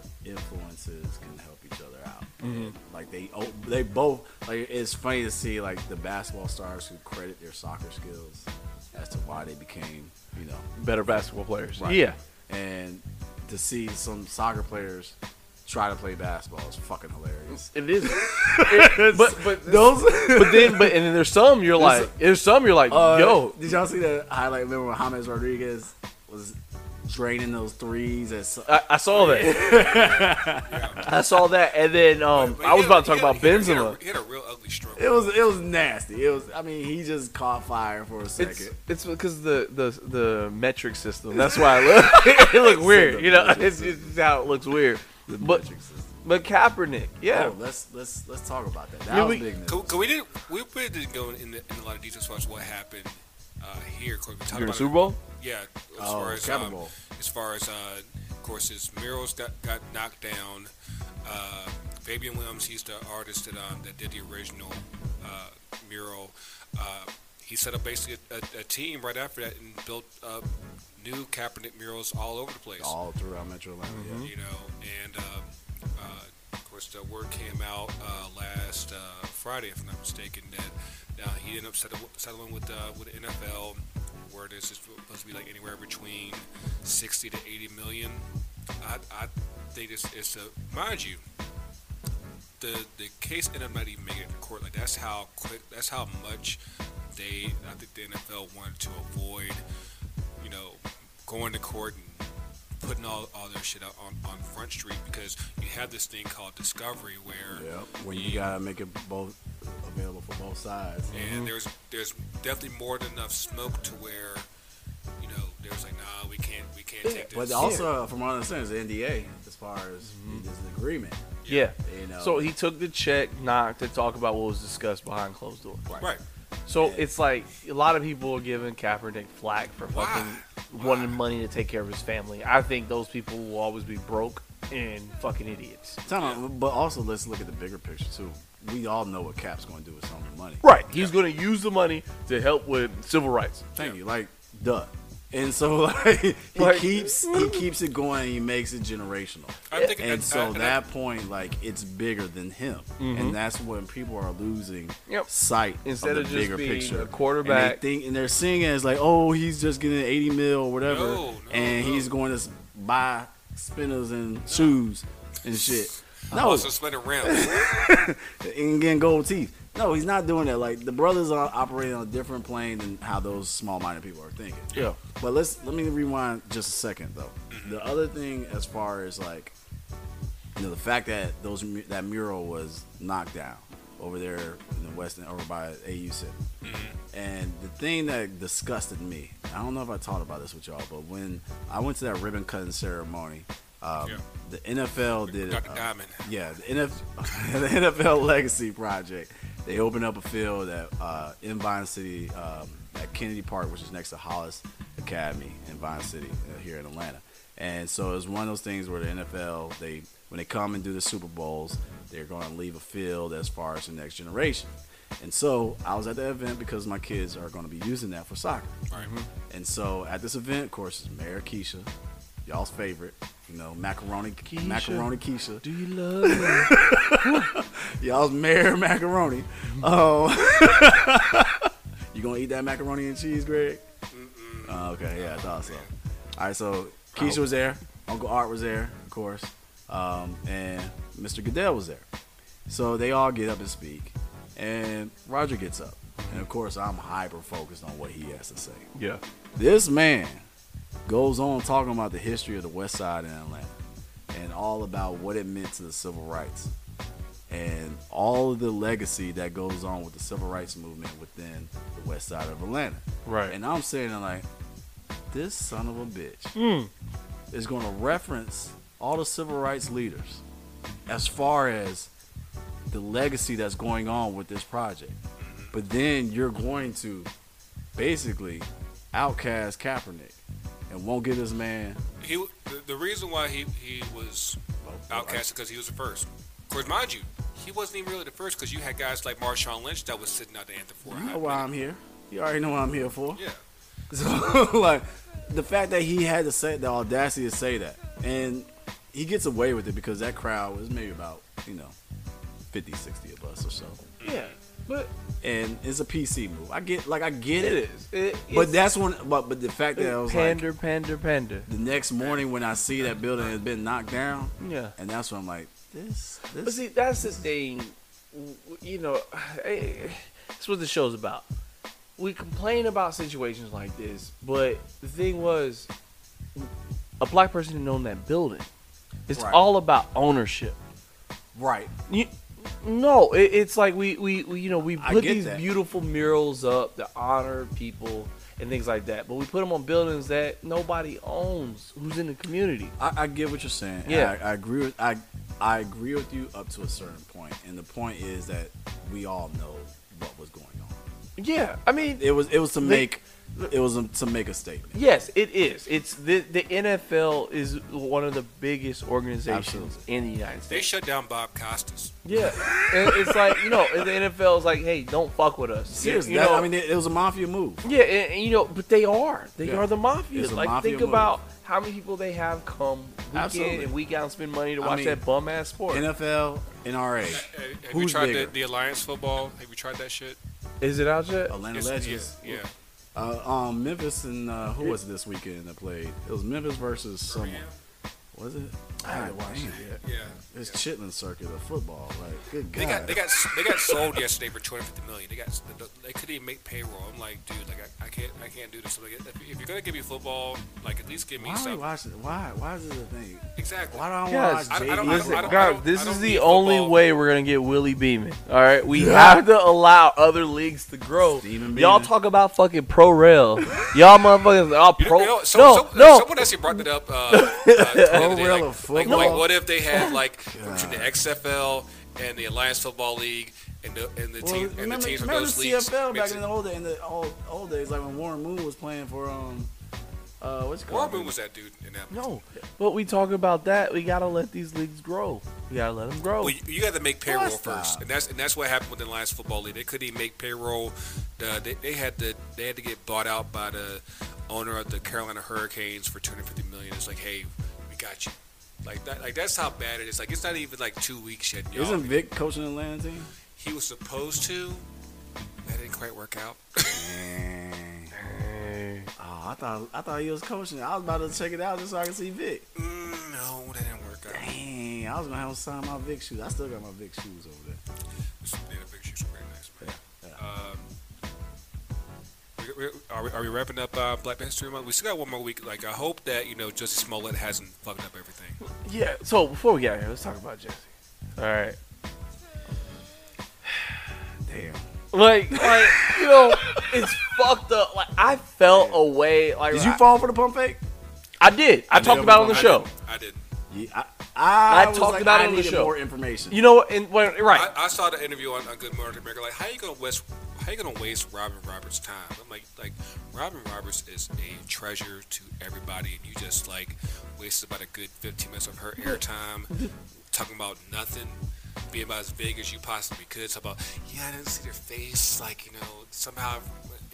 influences can help each other out.
Mm-hmm.
And, Like they oh, they both like it's funny to see like the basketball stars who credit their soccer skills as to why they became you know
better basketball players.
Right.
Yeah,
and to see some soccer players try to play basketball is fucking hilarious.
it is. It- but but those, but then but and then there's some you're like, there's some you're like,
Uh,
yo,
did y'all see that highlight? Remember when James Rodriguez was draining those threes? At so-
I, I saw that. I saw that, and then um,
But
I was
he had-
about to talk
he had-
about
He had,
Benzema.
a, he had a real ugly stroke.
it was it was nasty. It was I mean he just caught fire for a second.
It's it's because the, the the metric system. That's why I look. it look weird, you know. It's just how it looks weird.
the
But
metric system.
but Kaepernick, yeah.
Oh, let's let's let's talk about that. That
Yeah,
was
we-
big news.
Can, can we did we really didn't go in, the, in a lot of detail as far as what happened uh, here. 'cause We talked
During the
about
Super Bowl.
It, yeah, as
Oh,
far as
Super
um,
Bowl.
as far as uh, of course his murals got, got knocked down. Uh, Fabian Williams, he's the artist that um, that did the original uh, mural. Uh, he set up basically a, a, a team right after that and built up new Kaepernick murals all over the place
All throughout Metro Atlanta. Yeah.
you know, and um, uh, of course the word came out uh, last uh, Friday, if I'm not mistaken, that uh, he ended up settle- settling with uh, with the NFL, where this is supposed to be like anywhere between 60 to 80 million. I, I think it's, it's a mind you, the the case ended up not even making it to court. Like that's how quick, that's how much they, I think the NFL wanted to avoid, you know, going to court and putting all, all their shit out on, on Front Street because you have this thing called Discovery where
Yep. When you gotta make it both available for both sides.
and there's there's definitely more than enough smoke to where you know there's like nah we can't we can't take this
But also, from what I understand, it's NDA as far as there's an agreement.
Yeah.
You know.
Mm-hmm. So he took the check, knocked to talk about what was discussed behind closed doors.
right
So
Yeah.
it's like a lot of people are giving Kaepernick flack for
Why?
fucking
Why?
wanting money to take care of his family. I think those people will always be broke and fucking idiots.
Time out, but also let's look at the bigger picture too. We all know what Cap's going to do with some of the money.
Right. He's going to use the money to help with civil rights.
Thank you. Like, duh. And so like he
Like-
keeps he keps it going. He makes it generational.
I think
and
I-
so
I- and I-
that point, like, it's bigger than him, and that's when people are losing
Mm-hmm. Yep.
sight
Instead
of the
of just
bigger
being
picture.
a
And they
quarterback-
think, and they're seeing it as like, oh, he's just getting eighty mil or whatever,
No, no,
and
no.
he's going to s- buy spinners and shoes and shit. No,
also split around
and getting gold teeth. No, he's not doing that. Like the brothers are operating on a different plane than how those small-minded people are thinking.
Yeah.
But let's let me rewind just a second though. The other thing, as far as like, you know, the fact that those mu- that mural was knocked down over there in the west end, over by AU Center, and the thing that disgusted me, I don't know if I talked about this with y'all, but when I went to that ribbon cutting ceremony, um,
Yeah.
the NFL did
Dr.
uh,
Diamond
yeah, the NFL, the NFL Legacy Project. They opened up a field at uh, in Vine City, um, at Kennedy Park, which is next to Hollis Academy in Vine City uh, here in Atlanta. And so it's one of those things where the NFL, they when they come and do the Super Bowls, they're going to leave a field as far as the next generation. And so I was at the event because my kids are going to be using that for soccer.
All right.
And so at this event, of course, is Mayor Keisha, y'all's favorite, you know, macaroni
Keisha.
macaroni Keisha
Do you love me?
y'all's mayor macaroni. Oh, you gonna eat that macaroni and cheese, Greg? Oh, okay, yeah, I thought so. All right, so Keisha was there, Uncle Art was there, of course, um, and Mr. Goodell was there. So they all get up and speak, and Roger gets up, And of course, I'm hyper focused on what he has to say.
Yeah.
This man goes on talking about the history of the West Side in Atlanta and all about what it meant to the civil rights and all of the legacy that goes on with the civil rights movement within the West Side of Atlanta.
Right.
And I'm sitting there like, this son of a bitch
Mm.
is going to reference all the civil rights leaders as far as the legacy that's going on with this project. But then you're going to basically outcast Kaepernick and won't give this man
He w- the, the reason why he he was outcast because he was the first. Of course, mind you, he wasn't even really the first because you had guys like Marshawn Lynch that was sitting out the anthem for. a
You
hot
know why
minute.
I'm here. You already know what I'm here for.
Yeah.
So like the fact that he had to say the audacity to say that, and he gets away with it because that crowd was maybe about you know 50, 60 of us or so,
Yeah. But
and it's a PC move. I get like I get
it
it,
is. It,
but that's when. But but the fact that I was like
pander, pander, pander.
the next morning when I see that building has been knocked down,
Yeah.
and that's when I'm like this.
But
this
see, that's the thing. w- w- You know, eh, that's what the show's about. We complain about situations like this, but the thing was, a black person didn't own that building. It's
Right.
all about ownership.
right.
You, no, it, it's like we, we, we, you know, we
I
put
get
these
that.
beautiful murals up that honor people and things like that, but we put them on buildings that nobody owns, who's in the community.
I, I get what you're saying. and
Yeah.
I, I agree with I I agree with you up to a certain point, and the point is that we all know what was going on.
Yeah, I mean,
It was it was to
They-
make it was to make a statement.
Yes, it is. It's the the NFL is one of the biggest organizations
Absolutely.
in the United
They
States.
shut down Bob Costas.
yeah, and it's like you know, and the NFL is like, hey, don't fuck with us.
Seriously,
you
that-
know,
I mean it, it was a mafia move.
yeah, and, and, you know, but they are they
Yeah.
are the mafia.
It's a
Like,
mafia
think
move.
about how many people they have come week in
Absolutely.
and week out and spend money to
I
watch
mean,
that bum ass sport.
NFL, NRA,
Have have you
Who's
tried the,
bigger?
the Alliance football? Have you tried that shit?
is it out yet?
Atlanta
It's-
Legends.
Yeah. yeah.
Uh, um, Memphis and uh, who was it this weekend that played? It was Memphis versus someone.
Birmingham?
Was it?
I haven't watched it yet.
Yeah.
It's
yeah.
Chitlin circuit of football. Like, good
They
God.
got they got they got sold yesterday for 250 million. They got they couldn't even make payroll. I'm like, dude, like I, I can't I can't do this. Like, if you're gonna give me football, like at least give me
why are we
something.
watching? Why? Why is this a thing?
Exactly.
Why do I want
Guys,
to watch
Oh, I- I don't-
JV?
Listen,
I don't-
guys,
I
this is
don't
the
need
only
football.
way we're gonna get Willie Beeman. All right, we have to allow other leagues to grow.
Steven
Y'all
Beeman.
talk about fucking pro rail. Y'all motherfuckers are all
You
pro.
know, so,
no,
so,
no.
Someone actually brought that up. Uh, uh, the other day,
Pro
like,
rel of
like,
football?
like, what if they had like between the XFL and the Alliance Football League and the and the
Well,
team and
remember,
the teams from
remember
those
the
leagues?
CFL back
mix
in
it-
the old day, in the old, old days, like when Warren Moon was playing for um, uh, what's it
Warren
called?
Moon was that dude in that.
No, but we talk about that. We gotta let these leagues grow. We gotta let them grow.
Well, you, you got to make payroll
course
first,
not.
and that's and that's what happened with the Alliance Football League. They couldn't even make payroll. The, they, they had to they had to get bought out by the owner of the Carolina Hurricanes for 250 million. It's like, hey, we got you. Like that, like that's how bad it is. Like it's not even like two weeks yet. Y'all.
Isn't Vic coaching the Atlanta team?
he was supposed to? That didn't quite work out.
Oh, I thought I thought he was coaching. I was about to check it out just so I could see Vic.
Mm, no, that didn't work out.
Dang, I was gonna have him sign my Vic shoes. I still got my Vic shoes over there.
This- they had a big shoes, very nice, man. Um, we- we- are, we, are we wrapping up uh, Black History Month? We still got one more week. Like I hope that you know Justice Smollett hasn't fucked up everything.
yeah. So before we get out of here, let's talk about Jesse. All right.
Damn.
Like, like you know, it's fucked up. Like I felt away. Like
Did you
I-
fall for the pump fake?
I did. I,
did.
talked about it on the
I
show.
Didn't, I didn't.
Yeah, I,
I
was
talked
like,
about it
I
on the
needed
show.
More information.
You know what? And well, right.
I, I saw the interview on, on Good Morning America. Like, how you gonna waste? How you gonna waste Robin Roberts' time? I'm like, like Robin Roberts is a treasure to everybody, and you just like wasted about a good 15 minutes of her airtime talking about nothing, being about as vague as you possibly could. Talk about, yeah, I didn't see their face. Like, you know, somehow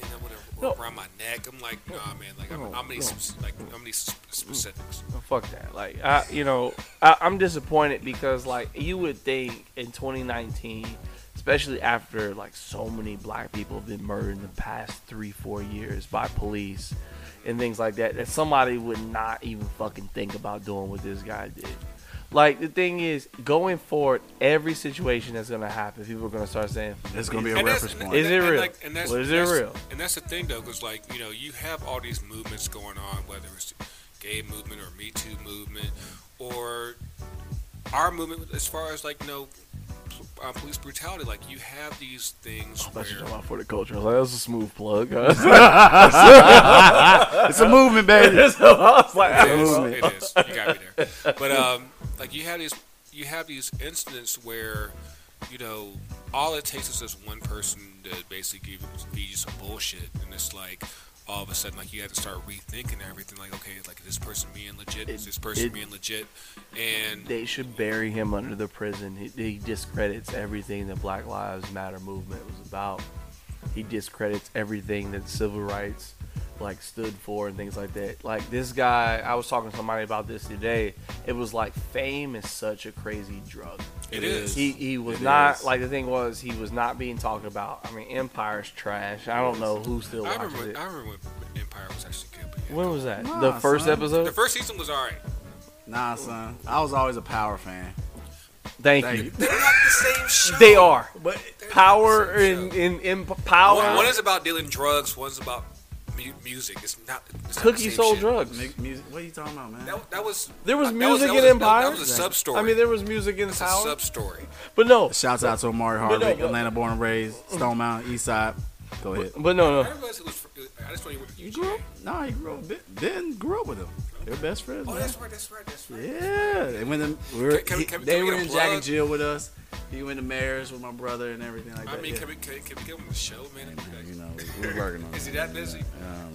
and I
No.
went around my neck. I'm like, nah, man. Like, I'm,
No,
I'm gonna need
no.
some, like, I'm gonna need some sp- specifics.
Well, Oh, fuck that. Like, I, you know, I, I'm disappointed because, like, you would think in 2019, especially after, like, so many black people have been murdered in the past three, four years by police and things like that, that somebody would not even fucking think about doing what this guy did. Like the thing is, going forward, every situation that's gonna happen, people are gonna start saying,
It's gonna be a
And that's-
reference
and-
point.
Is it
and
real?
like- and that's-
Well, is it
that's-
real?
And that's the thing, though, because like you know, you have all these movements going on, whether it's the gay movement or Me Too movement, or our movement as far as like you know, pl- uh, police brutality. Like you have these things
"That's
where
just about for the culture." I was like, "That's a smooth plug." Huh?
it's a movement, baby.
So I was like,
it is,
Absolutely.
it is. You got me there. But um, like you have these, you have these incidents where, you know, all it takes is just one person to basically give, feed you some bullshit, and it's like. All of a sudden, like you had to start rethinking everything. Like, okay, like is this person being legit? Is
It-
this person
it-
being legit? And
they should bury him under the prison. He, he discredits everything the Black Lives Matter movement was about. He discredits everything that civil rights like stood for and things like that. Like this guy, I was talking to somebody about this today. It was like fame is such a crazy drug.
It is.
He he was
It
not
is.
like the thing was he was not being talked about. I mean, Empire's trash. I don't know who still
I
watches
remember,
it.
I remember when Empire was actually good. But yeah.
When was that?
Nah,
the first
son.
the
episode.
first season was all right.
Nah, son. I was always a power fan.
Thank,
Thank
you.
you.
They're not the same show.
They are.
They're
But
not the
Power
same
and
show.
in, in power.
One, one is about dealing drugs. One's about mu- music. It's not it's not the
Cookie
same
sold
shit.
drugs.
music. What are you talking about, man?
That, that was
There was
that
music in
that was a-
Empire.
That, was a sub story.
I mean, there was music in
that's a
Power.
sub story.
But no,
Shouts out to Amari
But no,
Harvey,
but-
Atlanta born and raised, Stone Mountain, East Side. Go ahead.
but no, no.
I didn't realize it was. fr- I just thought you were.
You grew up? Nah, he grew up. Then grew up with him. They're best friends.
Oh,
man.
that's right. That's right. That's right.
Yeah, and when the, we were,
Can- can-
he-
can-
they
can we
were
get a
in Jack
plug?
and Jill with us. He went to marriage with my brother and everything like
I
that.
mean,
yeah.
can we can, can we give him the show, man?
you know, we- we're working on
Is
it.
he that busy?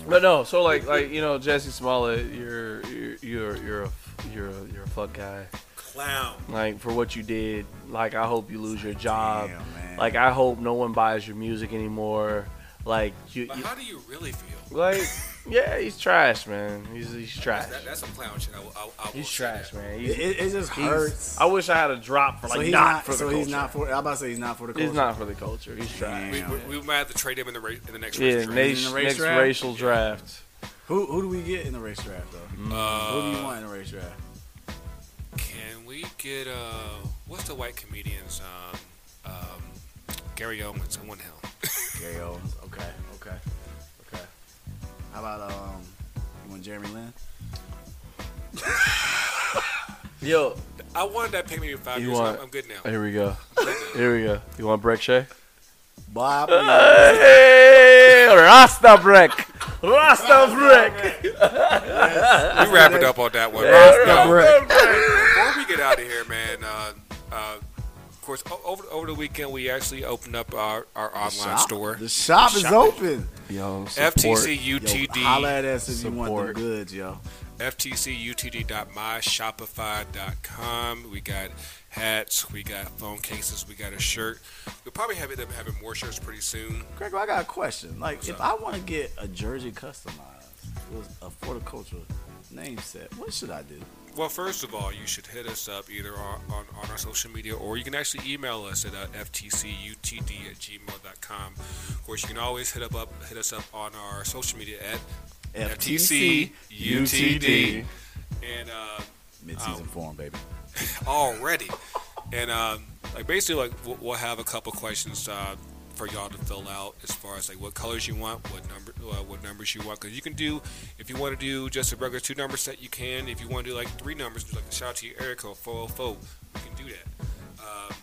But no. So like, like you know, Jesse Smollett, you're you're you're you're a, you're a, you're a fuck guy.
Clown.
Like for what you did. Like I hope you lose your job.
Damn, man.
Like I hope no one buys your music anymore. Like you,
But
you
how do you really feel?
like yeah, he's trash, man. He's he's trash.
That, that's some clown shit. I, will- I, will- I will
He's
say
trash,
that.
man.
it,
He's,
it, it just
he's-
hurts.
I wish I had a drop for like
so he's
not,
not.
for the
so
culture.
he's not for. I'm about to say he's not for the culture.
He's not for the culture. He's trash.
We,
Damn.
we, we might have to trade him in the ra- in the next
Yeah,
race trade.
next,
In the race
next
draft?
racial draft.
Who who do we get in the race draft though?
Uh,
who do you want in the race draft?
Can we get uh what's the white comedian's um um Gary Owens, I want him.
Gary Owens. Okay. Okay. Okay. How about um? You want Jeremy Lin?
Yo,
I wanted that pay me in five
You
years. I'm-
want-
I'm good now.
Here we go. Here we go. You want Breck Shay?
Uh,
Bob.
Hey, Rasta Breck. Rasta Breck.
We wrap it up on that one.
Rasta
Now,
Breck.
Before we get out of here, man, uh, uh, of course, o- over over the weekend we actually opened up our, our online
Shop.
store.
The shop is
Shop.
open.
Yo, support.
Yo,
FTCUTD
holla at us if you want
Support.
the goods, yo.
ftcutd.myshopify.com. We got hats, we got phone cases, we got a shirt. We'll probably have end up having more shirts pretty soon.
Greg, I got a question. Like, if I want to get a jersey customized with a horticultural name set, what should I do?
Well, first of all, you should hit us up either on, on, on our social media or you can actually email us at uh, ftcutd at gmail.com. Of course, you can always hit, up, up, hit us up on our social media at ftcutd. And uh,
Midseason form, baby.
already. And um, like basically, like we'll, we'll have a couple questions uh, for y'all to fill out as far as like what colors you want, what number, uh, what numbers you want. Because you can do if you want to do just a regular two number set, you can. If you want to do like three numbers, do like a shout out to your area code four hundred four. You can do that. Um,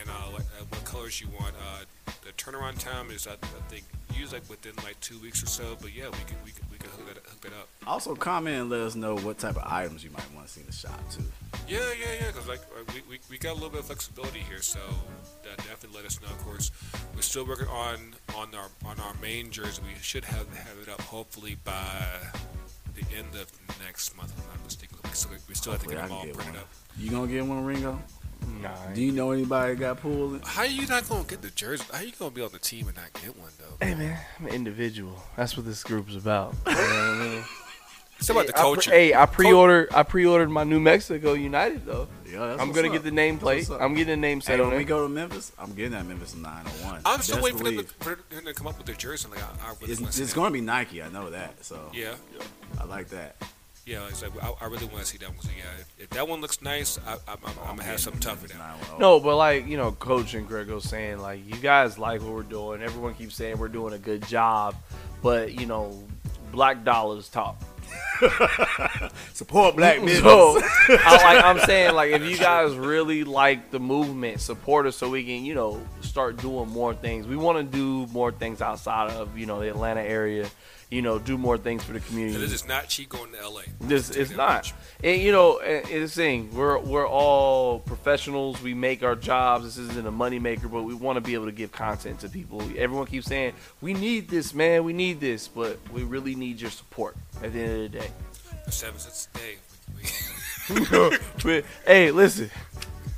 and uh, like, uh, what colors you want. Uh, the turnaround time is I, I think usually like within like two weeks or so. But yeah, we can we can, we can hook, that, hook that up.
Also, comment and let us know what type of items you might want to see in the shop, too.
Yeah, yeah, yeah. Because like uh, we, we, we got a little bit of flexibility here, so that definitely let us know. Of course, we're still working on on our on our main jersey. We should have have it up hopefully by the end of next month. If I'm not mistaken. We still, we still have to
Hopefully
get
I
them
can
all
get
printed
one.
up.
You gonna get one, Ringo?
Nah,
Do you know anybody that got pulled?
How are you not gonna get the jersey? How are you gonna be on the team and not get one though?
Hey man, I'm an individual. That's what this group's about. You know what I mean?
It's about the
I pre-
culture.
hey, I pre-ordered. I pre-ordered my New Mexico United though.
Yeah, that's
I'm
what's
gonna
up.
get the nameplate.
That's what's up.
I'm getting the name set
Hey,
on
when we
it.
go to Memphis, I'm getting that Memphis 901.
I'm still
Best
waiting for them, to,
believe.
for them to come up with their jersey. Like I, I really want to
It's,
see
it's
that.
going to be Nike, I know that. So
Yeah.
I like that.
Yeah, like I said, I, I really want to see that one. So yeah, if, if that one looks nice, I, I'm, I'm, I'm gonna have something tough for
It's
that.
not- oh,
No, but like you know, Coach and Greg was saying, like you guys like what we're doing. Everyone keeps saying we're doing a good job, but you know, black dollars talk.
Support black business.
So I, like I'm saying, like if you guys really like the movement, support us so we can you know start doing more things. We want to do more things outside of you know the Atlanta area. You know, do more things for the community.
So this is not cheap going to LA.
This
Take
it's
that
not.
much.
And you know, and, and it's the thing. We're we're all professionals. We make our jobs. This isn't a moneymaker, but we want to be able to give content to people. Everyone keeps saying, "We need this, man. We need this," but we really need your support at the end of the day.
For seven cents a day. we- we-
But, hey, listen.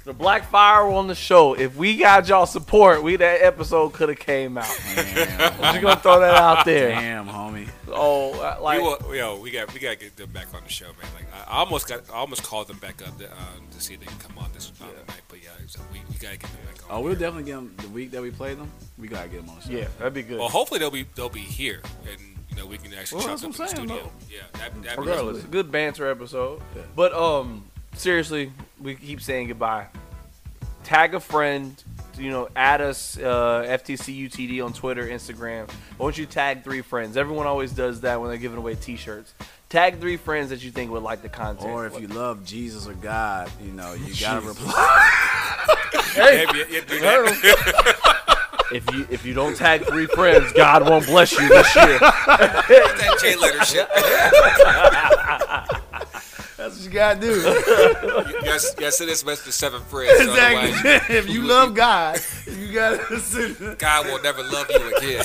The Black Fire were on the show. If we got y'all support, we that episode could have came out. I'm just
Damn,
gonna throw that out there.
Damn, homie.
Oh, uh,
We
like
will, yo, we got we got to get them back on the show, man. Like I I almost got, I almost called them back up to, um, to see if they can come on this on tonight, but yeah, so we, we got to get them back on.
Oh, we'll
here.
definitely get them the week that we play them. We gotta get them on. the show.
yeah, that'd be good.
Well, hopefully they'll be they'll be here, and you know we can actually
Well,
chop
that's
them up in
what
the
I'm saying,
studio. Yeah, that, that
Regardless, good banter episode.
Yeah.
But um, seriously, we keep saying goodbye. Tag a friend. You know, add us uh, FTCUTD on Twitter, Instagram. I want you to tag three friends. Everyone always does that when they're giving away T-shirts. Tag three friends that you think would like the content.
Or if you love Jesus or God, you know you gotta
Jesus.
reply.
hey,
Yeah, yeah, do that.
heard 'em. if you if you don't tag three friends, God won't bless you this year.
that J letter shit.
That's what you gotta do.
You guys, you guys send this message to seven friends. so otherwise
if you love God, you gotta. send-
God will never love you again.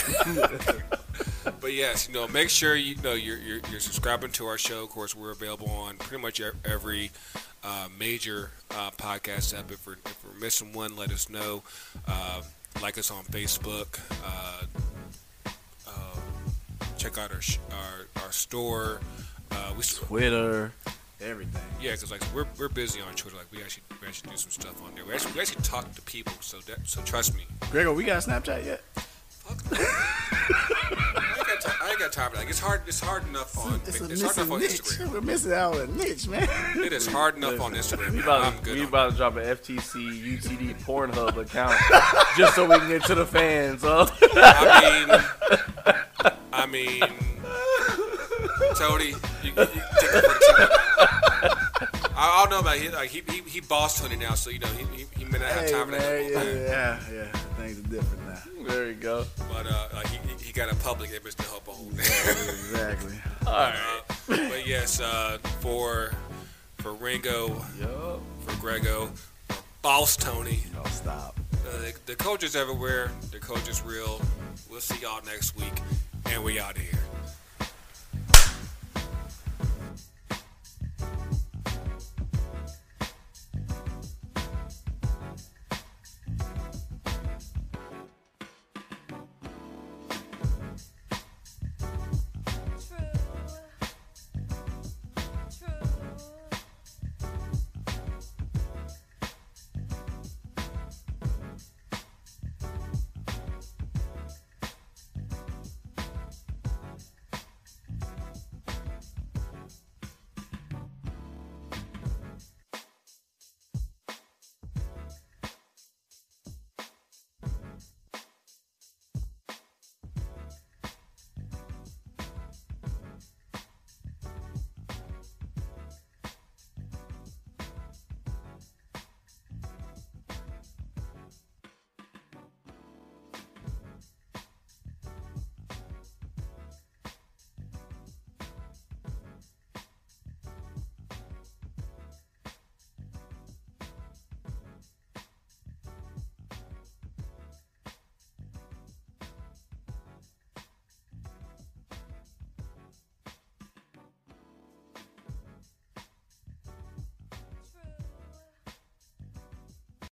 but yes, you know, make sure you know you're, you're you're subscribing to our show. Of course, we're available on pretty much e- every uh, major uh, podcast app. If we're, if we're missing one, let us know. Uh, like us on Facebook. Uh, uh, check out our sh- our, our store. Uh, we
Twitter, everything.
Yeah, because like we're, we're busy on Twitter. Like we actually we actually do some stuff on there. We actually, we actually talk to people. So that so trust me.
Gregor, we got Snapchat yet?
I ain't got time, I ain't got time for that. Like, it's hard it's hard enough on Oh, it's, hard enough on Instagram.
We're missing out on a niche, man.
It is hard enough on Instagram.
We
man.
about,
I'm
to,
good.
we
on
about to drop an FTC UTD Pornhub account just so we can get to the fans. Huh?
that. I mean, I mean, Tony, you, you, you take it for the team. I I don't know about he like he he, he boss Tony now, so you know he, he, he may not have
Hey,
time for that.
man, yeah, yeah, yeah. Things are different now.
There you go.
But uh, like he, he- he got a public image to help a whole
exactly.
All right.
but yes, uh, for for Ringo,
Yup.
for Grego, for Boss Tony,
No, stop.
uh, the, the coach is everywhere. The coach is real. We'll see y'all next week, and we out of here.